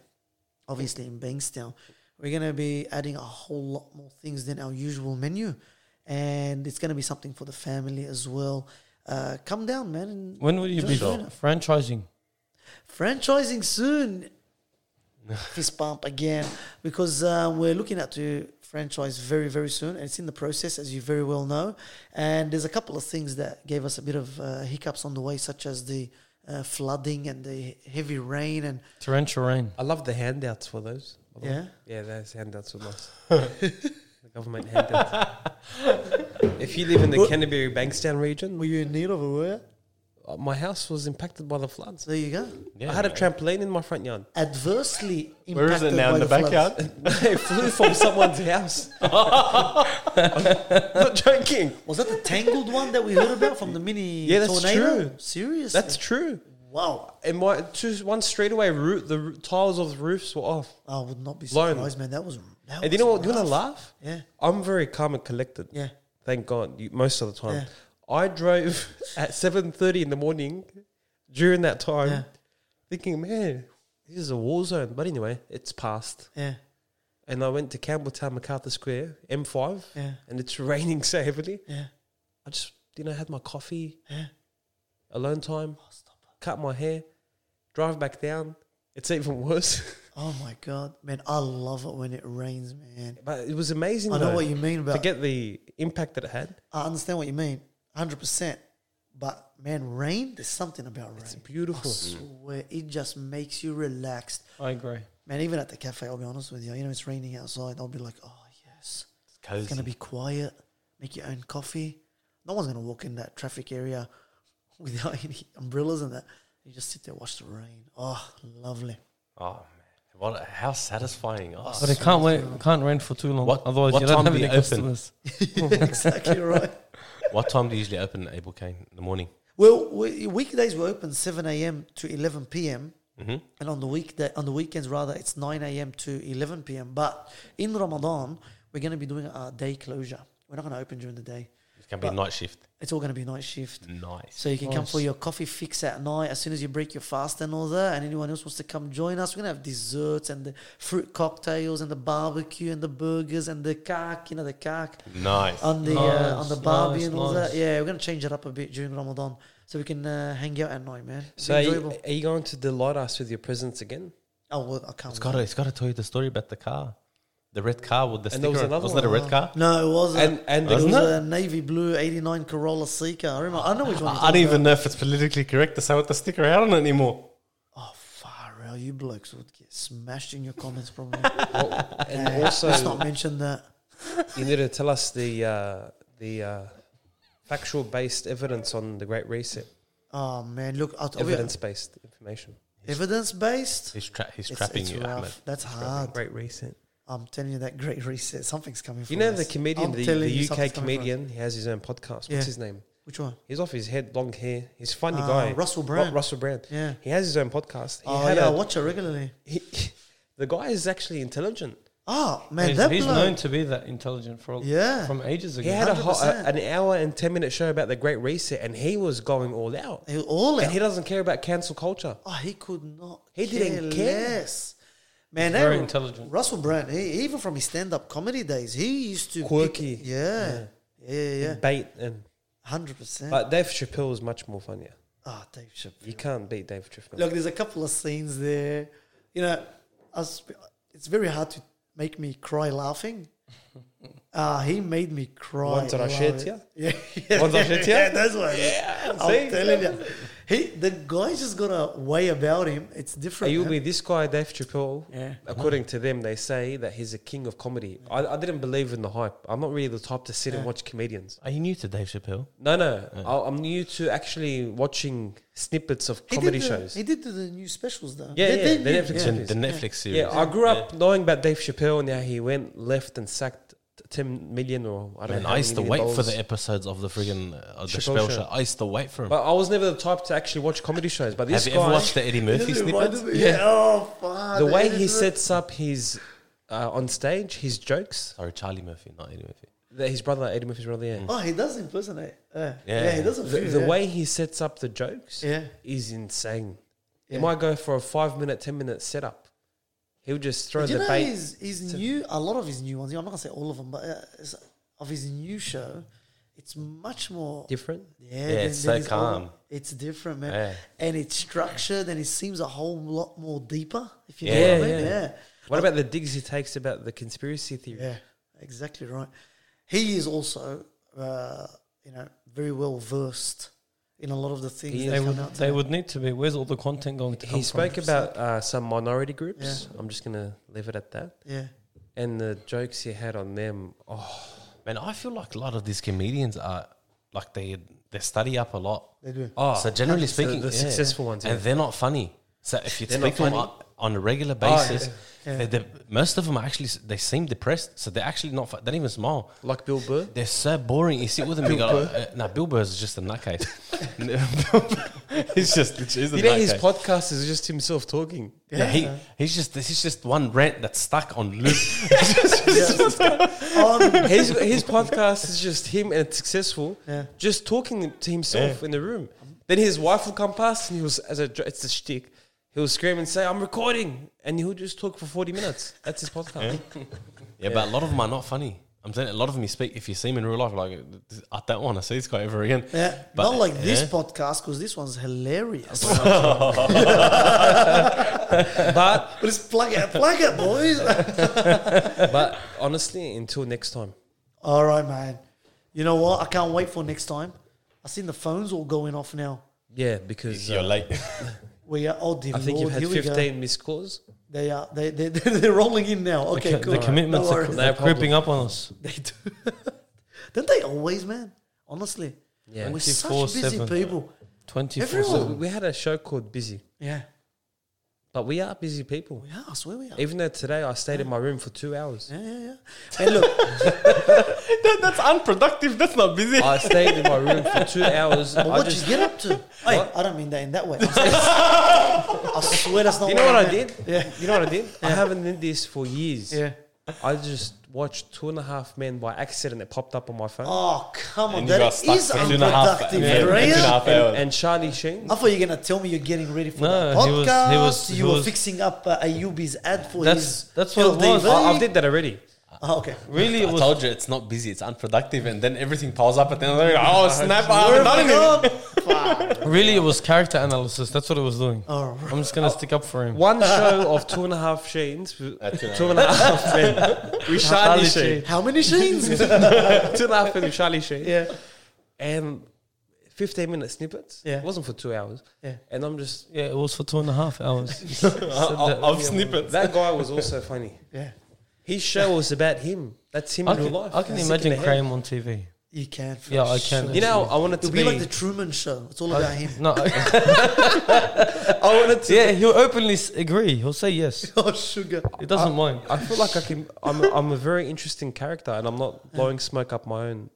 Speaker 2: obviously in Bankstown. We're going to be adding a whole lot more things than our usual menu, and it's going to be something for the family as well. Uh, come down, man. And
Speaker 4: When will you
Speaker 2: join
Speaker 4: be
Speaker 2: us.
Speaker 4: franchising?
Speaker 2: franchising soon. Fist bump again because uh, we're looking at to franchise very very soon, and it's in the process as you very well know. And there's a couple of things that gave us a bit of uh, hiccups on the way, such as the uh, flooding and the heavy rain and
Speaker 4: Torrential rain.
Speaker 1: I love the handouts for those. by the way.
Speaker 2: yeah.
Speaker 1: Yeah, those handouts are nice. the government handouts. if you live in the Canterbury Bankstown region,
Speaker 2: Were you in need of a word?
Speaker 1: uh, my house was impacted by the floods.
Speaker 2: There you go.
Speaker 1: I had a
Speaker 3: man.
Speaker 1: trampoline in my front yard.
Speaker 2: Adversely impacted
Speaker 3: Where is it now?
Speaker 2: by
Speaker 3: In the,
Speaker 2: floods.
Speaker 3: backyard?
Speaker 1: it flew from someone's house. I'm not joking.
Speaker 2: Was that the tangled one that we heard about from the mini
Speaker 1: Yeah, that's
Speaker 2: tornado?
Speaker 1: true.
Speaker 2: Seriously,
Speaker 1: That's true.
Speaker 2: wow.
Speaker 1: And my two, one straightaway route, the r- tiles of the roofs were off.
Speaker 2: I would not be
Speaker 1: Lone.
Speaker 2: surprised, man. That was.
Speaker 1: And
Speaker 2: That was
Speaker 1: you know what? You want to
Speaker 2: rough.
Speaker 1: laugh?
Speaker 2: Yeah,
Speaker 1: I'm very calm and collected.
Speaker 2: yeah.
Speaker 1: Thank God, you, most of the time.
Speaker 2: Yeah.
Speaker 1: I drove at 7.30 in the morning during that time
Speaker 2: Yeah.
Speaker 1: thinking, man, this is a war zone. But anyway, it's passed.
Speaker 2: Yeah,
Speaker 1: And I went to Campbelltown, MacArthur Square, M5,
Speaker 2: yeah,
Speaker 1: and it's raining so heavily.
Speaker 2: yeah,
Speaker 1: I just, you know, had my coffee,
Speaker 2: yeah.
Speaker 1: alone time,
Speaker 2: Oh, stop it.
Speaker 1: cut my hair, drive back down. It's even worse.
Speaker 2: Oh my god, man! I love it when it rains, man.
Speaker 1: but it was amazing.
Speaker 2: I know
Speaker 1: though.
Speaker 2: what you mean, but
Speaker 1: Forget the impact that it had.
Speaker 2: I understand what you mean, hundred percent. But man, rain, there's something about rain.
Speaker 1: It's
Speaker 2: I
Speaker 1: beautiful.
Speaker 2: swear, it just makes you relaxed.
Speaker 4: I agree.
Speaker 2: Man, even at the cafe, I'll be honest with you, you know, it's raining outside. I'll be like, oh, yes. It's going to be quiet. Make your own coffee. No one's going to walk in that traffic area without any umbrellas and that. You just sit there, watch the rain. Oh, lovely.
Speaker 3: Oh man, what? How satisfying!
Speaker 1: Ah.
Speaker 3: Oh,
Speaker 4: But it can't wait. It can't rain for too long.
Speaker 3: What-
Speaker 4: Otherwise,
Speaker 3: what
Speaker 4: you don't
Speaker 3: time
Speaker 4: have
Speaker 3: do
Speaker 4: any
Speaker 3: you open?
Speaker 4: customers.
Speaker 2: exactly right.
Speaker 3: what time do you usually open at Abel Kane in the morning?
Speaker 2: Well, we, weekdays were open 7 a.m. to 11 p.m.
Speaker 3: Mm-hmm.
Speaker 2: and on the weekday on the weekends rather it's 9 a.m to 11 p.m but in ramadan we're going to be doing our day closure we're not going to open during the day
Speaker 3: It can be
Speaker 1: Uh,
Speaker 2: But-
Speaker 3: night shift.
Speaker 2: it's all going to be night shift
Speaker 3: Nice.
Speaker 2: so you can come for
Speaker 4: Nice.
Speaker 2: your coffee fix at night as soon as you break your fast and all that and anyone else wants to come join us we're going to have desserts and the fruit cocktails and the barbecue and the burgers and the kak you know the kak
Speaker 3: Nice.
Speaker 2: on the uh, on
Speaker 4: Nice,
Speaker 2: the barbie
Speaker 4: nice,
Speaker 2: and all
Speaker 4: nice.
Speaker 2: that yeah we're going to change it up a bit during ramadan so we can uh, hang out at night man
Speaker 1: So are you, are you going to delight us with your presence again?
Speaker 2: oh well, i can't
Speaker 3: it's
Speaker 2: wait.
Speaker 3: got. To, it's got to tell you the story about the car, the red car with the
Speaker 1: And there was
Speaker 3: sticker.
Speaker 1: another
Speaker 3: Wasn't it a
Speaker 1: one. Ah.
Speaker 3: red car?
Speaker 2: no it wasn't
Speaker 1: And and
Speaker 2: It
Speaker 1: the,
Speaker 2: was a
Speaker 3: Wasn't
Speaker 2: navy blue '89 Corolla Seeker. I remember. I know which one.
Speaker 3: I, I don't
Speaker 1: uh,
Speaker 3: even know if it's politically correct to say with the sticker out on it anymore.
Speaker 2: Oh, far out! You blokes would get smashed in your comments probably.
Speaker 1: well, and
Speaker 2: Yeah, let's uh, not
Speaker 1: also
Speaker 2: mention that.
Speaker 1: you need to tell us the uh, the uh, factual based evidence on the Great Reset,
Speaker 2: Oh man, look, I'll tell you-
Speaker 1: evidence based information.
Speaker 2: evidence based.
Speaker 3: He's, tra- he's
Speaker 2: It's,
Speaker 3: trapping
Speaker 2: it's
Speaker 3: you,
Speaker 2: rough.
Speaker 3: Ahmed.
Speaker 2: That's hard.
Speaker 1: Great Reset.
Speaker 2: I'm telling you that great reset. Something's coming.
Speaker 1: You
Speaker 2: for
Speaker 1: know
Speaker 2: us.
Speaker 1: the comedian,
Speaker 2: I'm
Speaker 1: the,
Speaker 2: telling
Speaker 1: the
Speaker 2: you
Speaker 1: UK
Speaker 2: something's coming for us.
Speaker 1: comedian. He has his own podcast. What's
Speaker 2: Yeah.
Speaker 1: his name?
Speaker 2: Which one?
Speaker 1: He's off his head, long hair. He's a funny
Speaker 2: Ah,
Speaker 1: guy.
Speaker 2: Russell
Speaker 1: Ru-
Speaker 2: Brand.
Speaker 1: Russell Brand.
Speaker 2: Yeah.
Speaker 1: He has his own podcast. He
Speaker 2: Oh
Speaker 1: had
Speaker 2: yeah, I
Speaker 1: a-
Speaker 2: watch it regularly.
Speaker 1: he, the guy is actually intelligent.
Speaker 2: Oh man,
Speaker 4: He's,
Speaker 2: that
Speaker 4: he's
Speaker 2: bloke.
Speaker 4: known to be that intelligent for
Speaker 2: Yeah.
Speaker 4: from ages ago.
Speaker 1: He had a ho- a
Speaker 2: 100%.
Speaker 1: an hour and ten minute show about the Great Reset, and he was going all out.
Speaker 2: He- all
Speaker 1: And
Speaker 2: out.
Speaker 1: he doesn't care about cancel culture.
Speaker 2: Oh, he could not.
Speaker 1: He didn't care.
Speaker 2: less. Man,
Speaker 4: very
Speaker 2: that-
Speaker 4: intelligent.
Speaker 2: Russell Brand, he, even from his stand-up comedy days, he used to pick-
Speaker 1: Quirky.
Speaker 2: yeah, yeah, yeah,
Speaker 1: Bait and
Speaker 2: hundred percent.
Speaker 1: but Dave Chappelle is much more funnier.
Speaker 2: Ah, Dave Chappelle.
Speaker 1: You can't beat Dave Chappelle.
Speaker 2: Look, there's a couple of scenes there. You know, I was, it's very hard to make me cry laughing. Ah, he made me cry.
Speaker 1: Once I
Speaker 2: love
Speaker 1: shed
Speaker 2: it.
Speaker 1: tear?
Speaker 2: Yeah, yeah,
Speaker 1: Once I shed tear?
Speaker 2: that's what.
Speaker 1: Yeah,
Speaker 2: I'm
Speaker 1: see?
Speaker 2: telling you, he the guy's just got a way about him. It's different.
Speaker 1: You'll
Speaker 2: man.
Speaker 1: be this guy, Dave Chappelle.
Speaker 2: Yeah.
Speaker 1: According to them, they say that he's a king of comedy. I, I didn't believe in the hype. I'm not really the type to sit and watch comedians.
Speaker 3: Are you new to Dave Chappelle?
Speaker 1: No, no. I, I'm new to actually watching snippets of
Speaker 2: He did
Speaker 1: comedy
Speaker 2: the-
Speaker 1: shows.
Speaker 2: He did the, the new specials though.
Speaker 1: Yeah, yeah,
Speaker 2: did
Speaker 1: the
Speaker 2: new-
Speaker 1: Netflix
Speaker 3: It's
Speaker 1: Yeah.
Speaker 3: in the Netflix series.
Speaker 1: yeah, I grew up knowing about Dave Chappelle and how he went left and sacked t- 10 million or I don't
Speaker 3: Man,
Speaker 1: know.
Speaker 3: I
Speaker 1: how
Speaker 3: used to
Speaker 1: many
Speaker 3: wait
Speaker 1: million
Speaker 3: for the
Speaker 1: dollars.
Speaker 3: episodes of the friggin' uh, the
Speaker 1: Chappelle Show.
Speaker 3: Chappelle show. I used to wait for him.
Speaker 1: But I was never the type to actually watch comedy shows. But this
Speaker 3: Have you
Speaker 1: guy,
Speaker 3: ever watched the Eddie Murphy
Speaker 2: It reminded
Speaker 3: snippets?
Speaker 2: me- Yeah. Oh, fuck.
Speaker 1: the way
Speaker 2: That
Speaker 1: he
Speaker 2: is-
Speaker 1: sets up his uh, on stage, his jokes,
Speaker 3: Sorry, Charlie Murphy, not Eddie Murphy.
Speaker 1: that his brother Eddie Murphy's brother, yeah.
Speaker 3: Mm.
Speaker 2: Oh, he does impersonate. Yeah. Yeah.
Speaker 3: Yeah.
Speaker 2: he doesn't.
Speaker 1: The,
Speaker 2: feel,
Speaker 1: the
Speaker 2: yeah.
Speaker 1: way he sets up the jokes
Speaker 2: Yeah.
Speaker 1: is insane.
Speaker 2: Yeah.
Speaker 1: He might go for a five minute, ten minute setup. He'll just throw
Speaker 2: Did you
Speaker 1: the
Speaker 2: know
Speaker 1: bait.
Speaker 2: his, his new, a lot of his new ones, I'm not going to say all of them, but uh, it's- of his new show, it's much more.
Speaker 1: different.
Speaker 2: Yeah,
Speaker 3: it's so
Speaker 2: his old one.
Speaker 3: calm.
Speaker 2: It's different, man.
Speaker 3: Yeah.
Speaker 2: And it's structured and it seems a whole lot more deeper, if you know
Speaker 1: Yeah,
Speaker 2: what I mean.
Speaker 1: yeah.
Speaker 2: Yeah.
Speaker 1: What about the digs he takes about the conspiracy theory?
Speaker 2: Yeah, exactly right. He is also, uh, you know, very well versed in a lot of the things
Speaker 1: He
Speaker 2: that
Speaker 4: They
Speaker 2: come
Speaker 4: would,
Speaker 2: out.
Speaker 4: they
Speaker 2: today.
Speaker 4: would need to be. Where's all the content going to come
Speaker 1: He spoke
Speaker 4: from?
Speaker 1: about uh, some minority groups. I'm just gonna leave it at that.
Speaker 2: Yeah.
Speaker 1: And the jokes he had on them, oh,
Speaker 3: Man, I feel like a lot of these comedians are like they they study up a lot.
Speaker 2: They do.
Speaker 1: oh
Speaker 3: so generally
Speaker 1: so
Speaker 3: speaking,
Speaker 1: the
Speaker 3: yeah.
Speaker 1: successful ones, yeah.
Speaker 3: and they're not funny. So if you
Speaker 1: They're
Speaker 3: speak
Speaker 1: not
Speaker 3: to them
Speaker 1: funny.
Speaker 3: on, on a regular
Speaker 1: Oh, yeah.
Speaker 3: basis, they- they- most of them are actually they seem depressed. So they're actually not. fu- They don't even smile.
Speaker 1: like Bill Burr.
Speaker 3: They're so boring. You sit with them, you go, uh, "Nah, Bill Burr is just a nutcase." he's just, he's a
Speaker 1: You know, his
Speaker 3: nutcase.
Speaker 1: podcast is just himself talking.
Speaker 3: Yeah, he, he's just this is just one rant that's stuck on loop.
Speaker 2: Um,
Speaker 1: his his podcast is just him and it's successful,
Speaker 2: Yeah.
Speaker 1: just talking to himself in the room. Then his wife will come past and he was as a dr- it's a shtick. He'll scream and say, "I'm recording," and he'll just talk for forty minutes. That's his podcast.
Speaker 3: yeah, but a lot of them are not funny. I'm saying a lot of them you speak if you see him in real life, like I don't want to see this guy ever again.
Speaker 2: yeah,
Speaker 3: But,
Speaker 2: not like this
Speaker 3: yeah.
Speaker 2: podcast because this one's hilarious.
Speaker 1: but
Speaker 2: but it's plug it, plug it, boys.
Speaker 1: but honestly, until next time,
Speaker 2: All right, man. You know what? I can't wait for next time. I seen the phones all going off now.
Speaker 1: Yeah, because
Speaker 3: You're
Speaker 1: uh,
Speaker 3: late.
Speaker 2: We are, oh dear
Speaker 1: I think
Speaker 2: Lord,
Speaker 1: you've had
Speaker 2: here we go.
Speaker 1: 15 missed calls.
Speaker 2: They are they they they're rolling in now. Okay,
Speaker 4: the,
Speaker 2: cool.
Speaker 4: the commitments
Speaker 2: No
Speaker 4: are
Speaker 2: worries.
Speaker 1: No
Speaker 4: they're
Speaker 1: problem.
Speaker 4: creeping up on us.
Speaker 2: They do. Don't they always, man? Honestly,
Speaker 1: Yeah.
Speaker 2: we're such
Speaker 4: 24/7.
Speaker 2: busy people.
Speaker 4: Twenty four
Speaker 1: So
Speaker 2: Everyone.
Speaker 4: seven.
Speaker 1: we had a show called Busy,
Speaker 2: Yeah,
Speaker 1: but we are busy people.
Speaker 2: we are. I swear we are.
Speaker 1: Even though today I stayed in my room for two hours,
Speaker 2: Yeah, yeah, yeah. And look,
Speaker 4: That's unproductive. That's not busy.
Speaker 1: I stayed in my room for two hours.
Speaker 2: but
Speaker 1: I
Speaker 2: what
Speaker 1: just-
Speaker 2: you get up to? Hey, I don't mean that in that way. I'm serious. I swear that's not.
Speaker 1: you know what I
Speaker 2: meant.
Speaker 1: did?
Speaker 2: Yeah.
Speaker 1: You know what I did? I haven't did this for years.
Speaker 2: Yeah.
Speaker 1: I just watched Two and a Half Men by accident. It popped up on my phone.
Speaker 2: Oh come on,
Speaker 3: And you
Speaker 2: that
Speaker 3: got stuck
Speaker 2: is
Speaker 3: for two and a half-
Speaker 2: unproductive,
Speaker 3: yeah, for two and a
Speaker 2: Raya.
Speaker 3: half hours.
Speaker 1: And Charlie Sheen.
Speaker 2: I thought you were gonna tell me you're getting ready for
Speaker 4: No,
Speaker 2: the
Speaker 4: he was- he
Speaker 2: podcast.
Speaker 4: was- he
Speaker 2: you were
Speaker 4: was-
Speaker 2: fixing up uh, Ayubi's ad for
Speaker 4: That's-
Speaker 2: his.
Speaker 4: that's what it was.
Speaker 1: I,
Speaker 2: LDV.
Speaker 1: I did that already.
Speaker 2: Oh, okay.
Speaker 4: Really, it
Speaker 3: I
Speaker 4: was
Speaker 3: told you it's not busy, it's unproductive, and then everything piles up at the end. Of the day, oh snap! I
Speaker 2: Where
Speaker 3: haven't
Speaker 2: have I
Speaker 3: done anything.
Speaker 2: gone? Fuck.
Speaker 4: really it was character analysis. That's what it was doing.
Speaker 2: All right.
Speaker 4: I'm just gonna stick up for him.
Speaker 1: One show of Two and a Half Sheens. Two
Speaker 3: two
Speaker 1: and a half men. With Charlie
Speaker 4: Charlie
Speaker 1: Sheen.
Speaker 2: How many sheens?
Speaker 1: Two and a half men with Charlie Sheen.
Speaker 2: yeah.
Speaker 1: And 15 minute snippets.
Speaker 2: Yeah.
Speaker 1: It wasn't for two hours.
Speaker 2: Yeah.
Speaker 1: And I'm just.
Speaker 4: Yeah, it was for two and a half hours.
Speaker 3: Of snippets.
Speaker 1: That guy was also funny.
Speaker 2: Yeah.
Speaker 1: His show was about him. That's him
Speaker 4: I
Speaker 1: in real
Speaker 4: can,
Speaker 1: life.
Speaker 4: I can
Speaker 1: Sick in the
Speaker 4: imagine
Speaker 1: head.
Speaker 4: Graham on TV.
Speaker 2: You can. for
Speaker 4: Yeah, I
Speaker 2: sure.
Speaker 4: can.
Speaker 1: You know, I wanted to
Speaker 2: It'll
Speaker 1: be.
Speaker 2: be like the Truman Show. It's all about him.
Speaker 4: No,
Speaker 1: I wanted to.
Speaker 4: yeah, he'll openly s- agree. He'll say yes.
Speaker 2: Oh, sugar.
Speaker 4: He doesn't mind.
Speaker 1: I feel like I can. I'm. I'm a very interesting character, and I'm not blowing smoke up my own.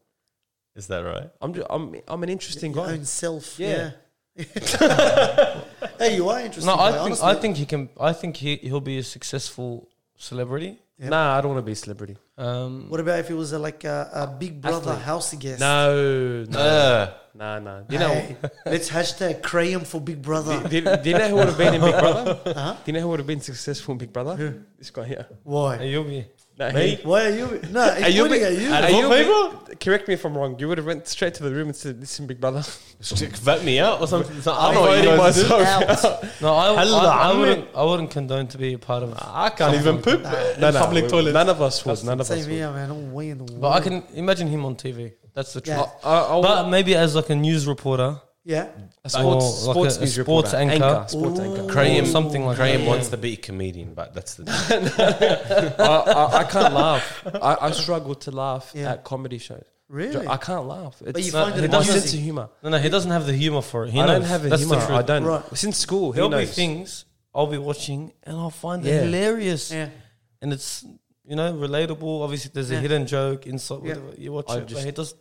Speaker 3: Is that right?
Speaker 1: I'm. Just, I'm. I'm an interesting
Speaker 2: Your
Speaker 1: guy.
Speaker 2: own self. Yeah.
Speaker 1: Yeah.
Speaker 2: hey, you are interesting.
Speaker 4: No, I
Speaker 2: guy,
Speaker 4: think
Speaker 2: honestly.
Speaker 4: I think he can. I think he he'll be a successful celebrity.
Speaker 2: Yeah.
Speaker 1: Nah, I don't want to be a celebrity.
Speaker 4: Um,
Speaker 2: What about if it was a, like a, a Big Brother
Speaker 1: Athlete.
Speaker 2: house guest?
Speaker 1: No, no,
Speaker 3: Uh,
Speaker 1: nah, nah. Do you know?
Speaker 2: Hey, let's hashtag Graham for Big Brother.
Speaker 1: Do, do you know who would have been in Big Brother?
Speaker 2: Huh?
Speaker 1: Do you know who would have been successful in Big Brother? This guy here.
Speaker 2: Why?
Speaker 4: he'll be.
Speaker 1: No,
Speaker 3: Me?
Speaker 1: he-
Speaker 2: Why are you? No, are
Speaker 1: you
Speaker 2: you?
Speaker 1: big-
Speaker 2: Are you?
Speaker 1: Are
Speaker 3: Out of
Speaker 1: you
Speaker 3: all people?
Speaker 1: big- Correct me if I'm wrong. You would have went straight to the room and said, "Listen, Big Brother."
Speaker 3: Just vote me out or something. It's not- I
Speaker 1: I'm
Speaker 3: don't know what you
Speaker 1: voting
Speaker 3: guys do.
Speaker 2: Out.
Speaker 4: No, I, I,
Speaker 3: Hello,
Speaker 4: I,
Speaker 3: I'm
Speaker 4: wouldn't. I wouldn't condone to be a part of.
Speaker 3: I can't even poop in public
Speaker 1: we-
Speaker 3: toilets.
Speaker 1: None of us would. None of us
Speaker 2: Same
Speaker 1: would.
Speaker 2: here, man. I'm way in the
Speaker 4: But I
Speaker 2: world.
Speaker 4: can imagine him on TV. That's the truth.
Speaker 2: Yeah.
Speaker 1: I, I,
Speaker 4: But maybe as like a news reporter,
Speaker 2: Yeah.
Speaker 1: a
Speaker 4: or
Speaker 1: sports,
Speaker 4: like
Speaker 1: sports
Speaker 4: a- a
Speaker 1: news
Speaker 4: sports
Speaker 1: reporter.
Speaker 4: anchor.
Speaker 1: sports
Speaker 2: Ooh.
Speaker 1: anchor.
Speaker 4: or
Speaker 3: Graham-
Speaker 4: something like
Speaker 3: Graham
Speaker 4: that.
Speaker 3: wants to be a comedian, but that's the
Speaker 1: I, I, I can't laugh. I, I struggle to laugh
Speaker 2: Yeah.
Speaker 1: at comedy shows.
Speaker 2: Really?
Speaker 1: I can't laugh. It's,
Speaker 2: you
Speaker 4: find it
Speaker 1: my
Speaker 4: amusing.
Speaker 1: sense of humor.
Speaker 4: No, no, he doesn't have the humor for it. He
Speaker 1: I don't
Speaker 4: knows.
Speaker 1: have a
Speaker 4: That's
Speaker 1: humor.
Speaker 4: The truth.
Speaker 1: I don't.
Speaker 2: Right.
Speaker 1: Since school, he
Speaker 4: There'll be
Speaker 1: knows.
Speaker 4: things I'll be watching and I'll find
Speaker 1: Yeah.
Speaker 4: it hilarious,
Speaker 2: Yeah.
Speaker 4: and it's you know relatable. Obviously, there's
Speaker 2: Yeah.
Speaker 4: a hidden joke inside.
Speaker 2: Yeah.
Speaker 4: whatever. You watch
Speaker 1: I
Speaker 4: it,
Speaker 1: just-
Speaker 4: but he does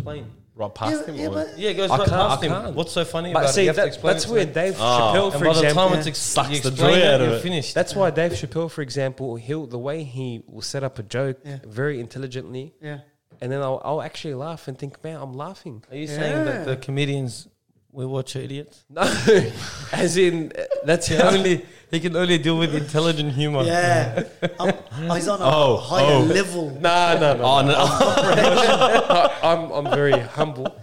Speaker 4: plain.
Speaker 3: right past
Speaker 2: Yeah,
Speaker 3: him.
Speaker 2: yeah,
Speaker 3: or-
Speaker 2: but-
Speaker 4: Yeah, it goes
Speaker 1: I
Speaker 4: right
Speaker 1: can't-
Speaker 4: past
Speaker 1: I
Speaker 4: him.
Speaker 1: can't.
Speaker 4: What's so funny
Speaker 1: But
Speaker 4: about it?
Speaker 1: see,
Speaker 4: You have to
Speaker 1: that,
Speaker 4: explain
Speaker 1: that's
Speaker 4: it to
Speaker 1: where
Speaker 4: me.
Speaker 1: Dave
Speaker 3: Ah.
Speaker 1: Chappelle,
Speaker 4: And
Speaker 1: for
Speaker 4: by the
Speaker 1: example,
Speaker 4: time
Speaker 2: Yeah.
Speaker 4: it's ex-
Speaker 3: Sucks
Speaker 4: you
Speaker 3: the
Speaker 4: explain
Speaker 3: joy
Speaker 4: it,
Speaker 3: out of
Speaker 4: you're
Speaker 3: it.
Speaker 4: finished.
Speaker 1: that's why Dave Chappelle, for example, he'll the way he will set up a joke
Speaker 2: Yeah.
Speaker 1: very intelligently,
Speaker 2: Yeah.
Speaker 1: and then I'll, I'll actually laugh and think, man, I'm laughing.
Speaker 4: Are you saying
Speaker 2: Yeah.
Speaker 4: that the comedians we watch are idiots?
Speaker 1: No, as in uh, that's
Speaker 4: He
Speaker 1: how
Speaker 4: only he can only deal with intelligent humor.
Speaker 2: Yeah. I'm, he's on a
Speaker 3: Oh,
Speaker 2: higher
Speaker 3: oh.
Speaker 2: level.
Speaker 1: No, no, no.
Speaker 3: Oh, no.
Speaker 1: I, I'm, I'm very humble.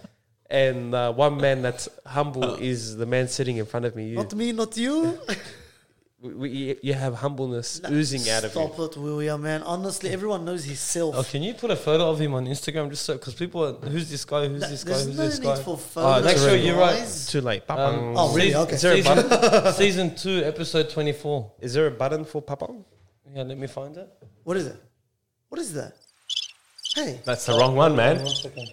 Speaker 1: And uh, one man that's humble is the man sitting in front of me. You,
Speaker 2: Not me, not you.
Speaker 1: we- we- you have humbleness oozing out of you.
Speaker 2: Stop it, William, man. Honestly, everyone knows himself.
Speaker 4: Oh, can you put a photo of him on Instagram just so? Because people, are, who's this guy? Who's this guy?
Speaker 2: There's
Speaker 4: Who's
Speaker 2: no
Speaker 4: this guy?
Speaker 2: need for
Speaker 4: Oh,
Speaker 2: photos.
Speaker 4: make sure you write-
Speaker 2: guys.
Speaker 1: Too late.
Speaker 4: Um,
Speaker 2: Oh, really?
Speaker 4: season-
Speaker 2: Okay.
Speaker 1: Is there a
Speaker 4: season, season two, episode twenty-four.
Speaker 1: Is there a button for Papang?
Speaker 4: Yeah, let me find it.
Speaker 2: What is it? What is that? Hey,
Speaker 3: That's the wrong one, man.
Speaker 4: One second.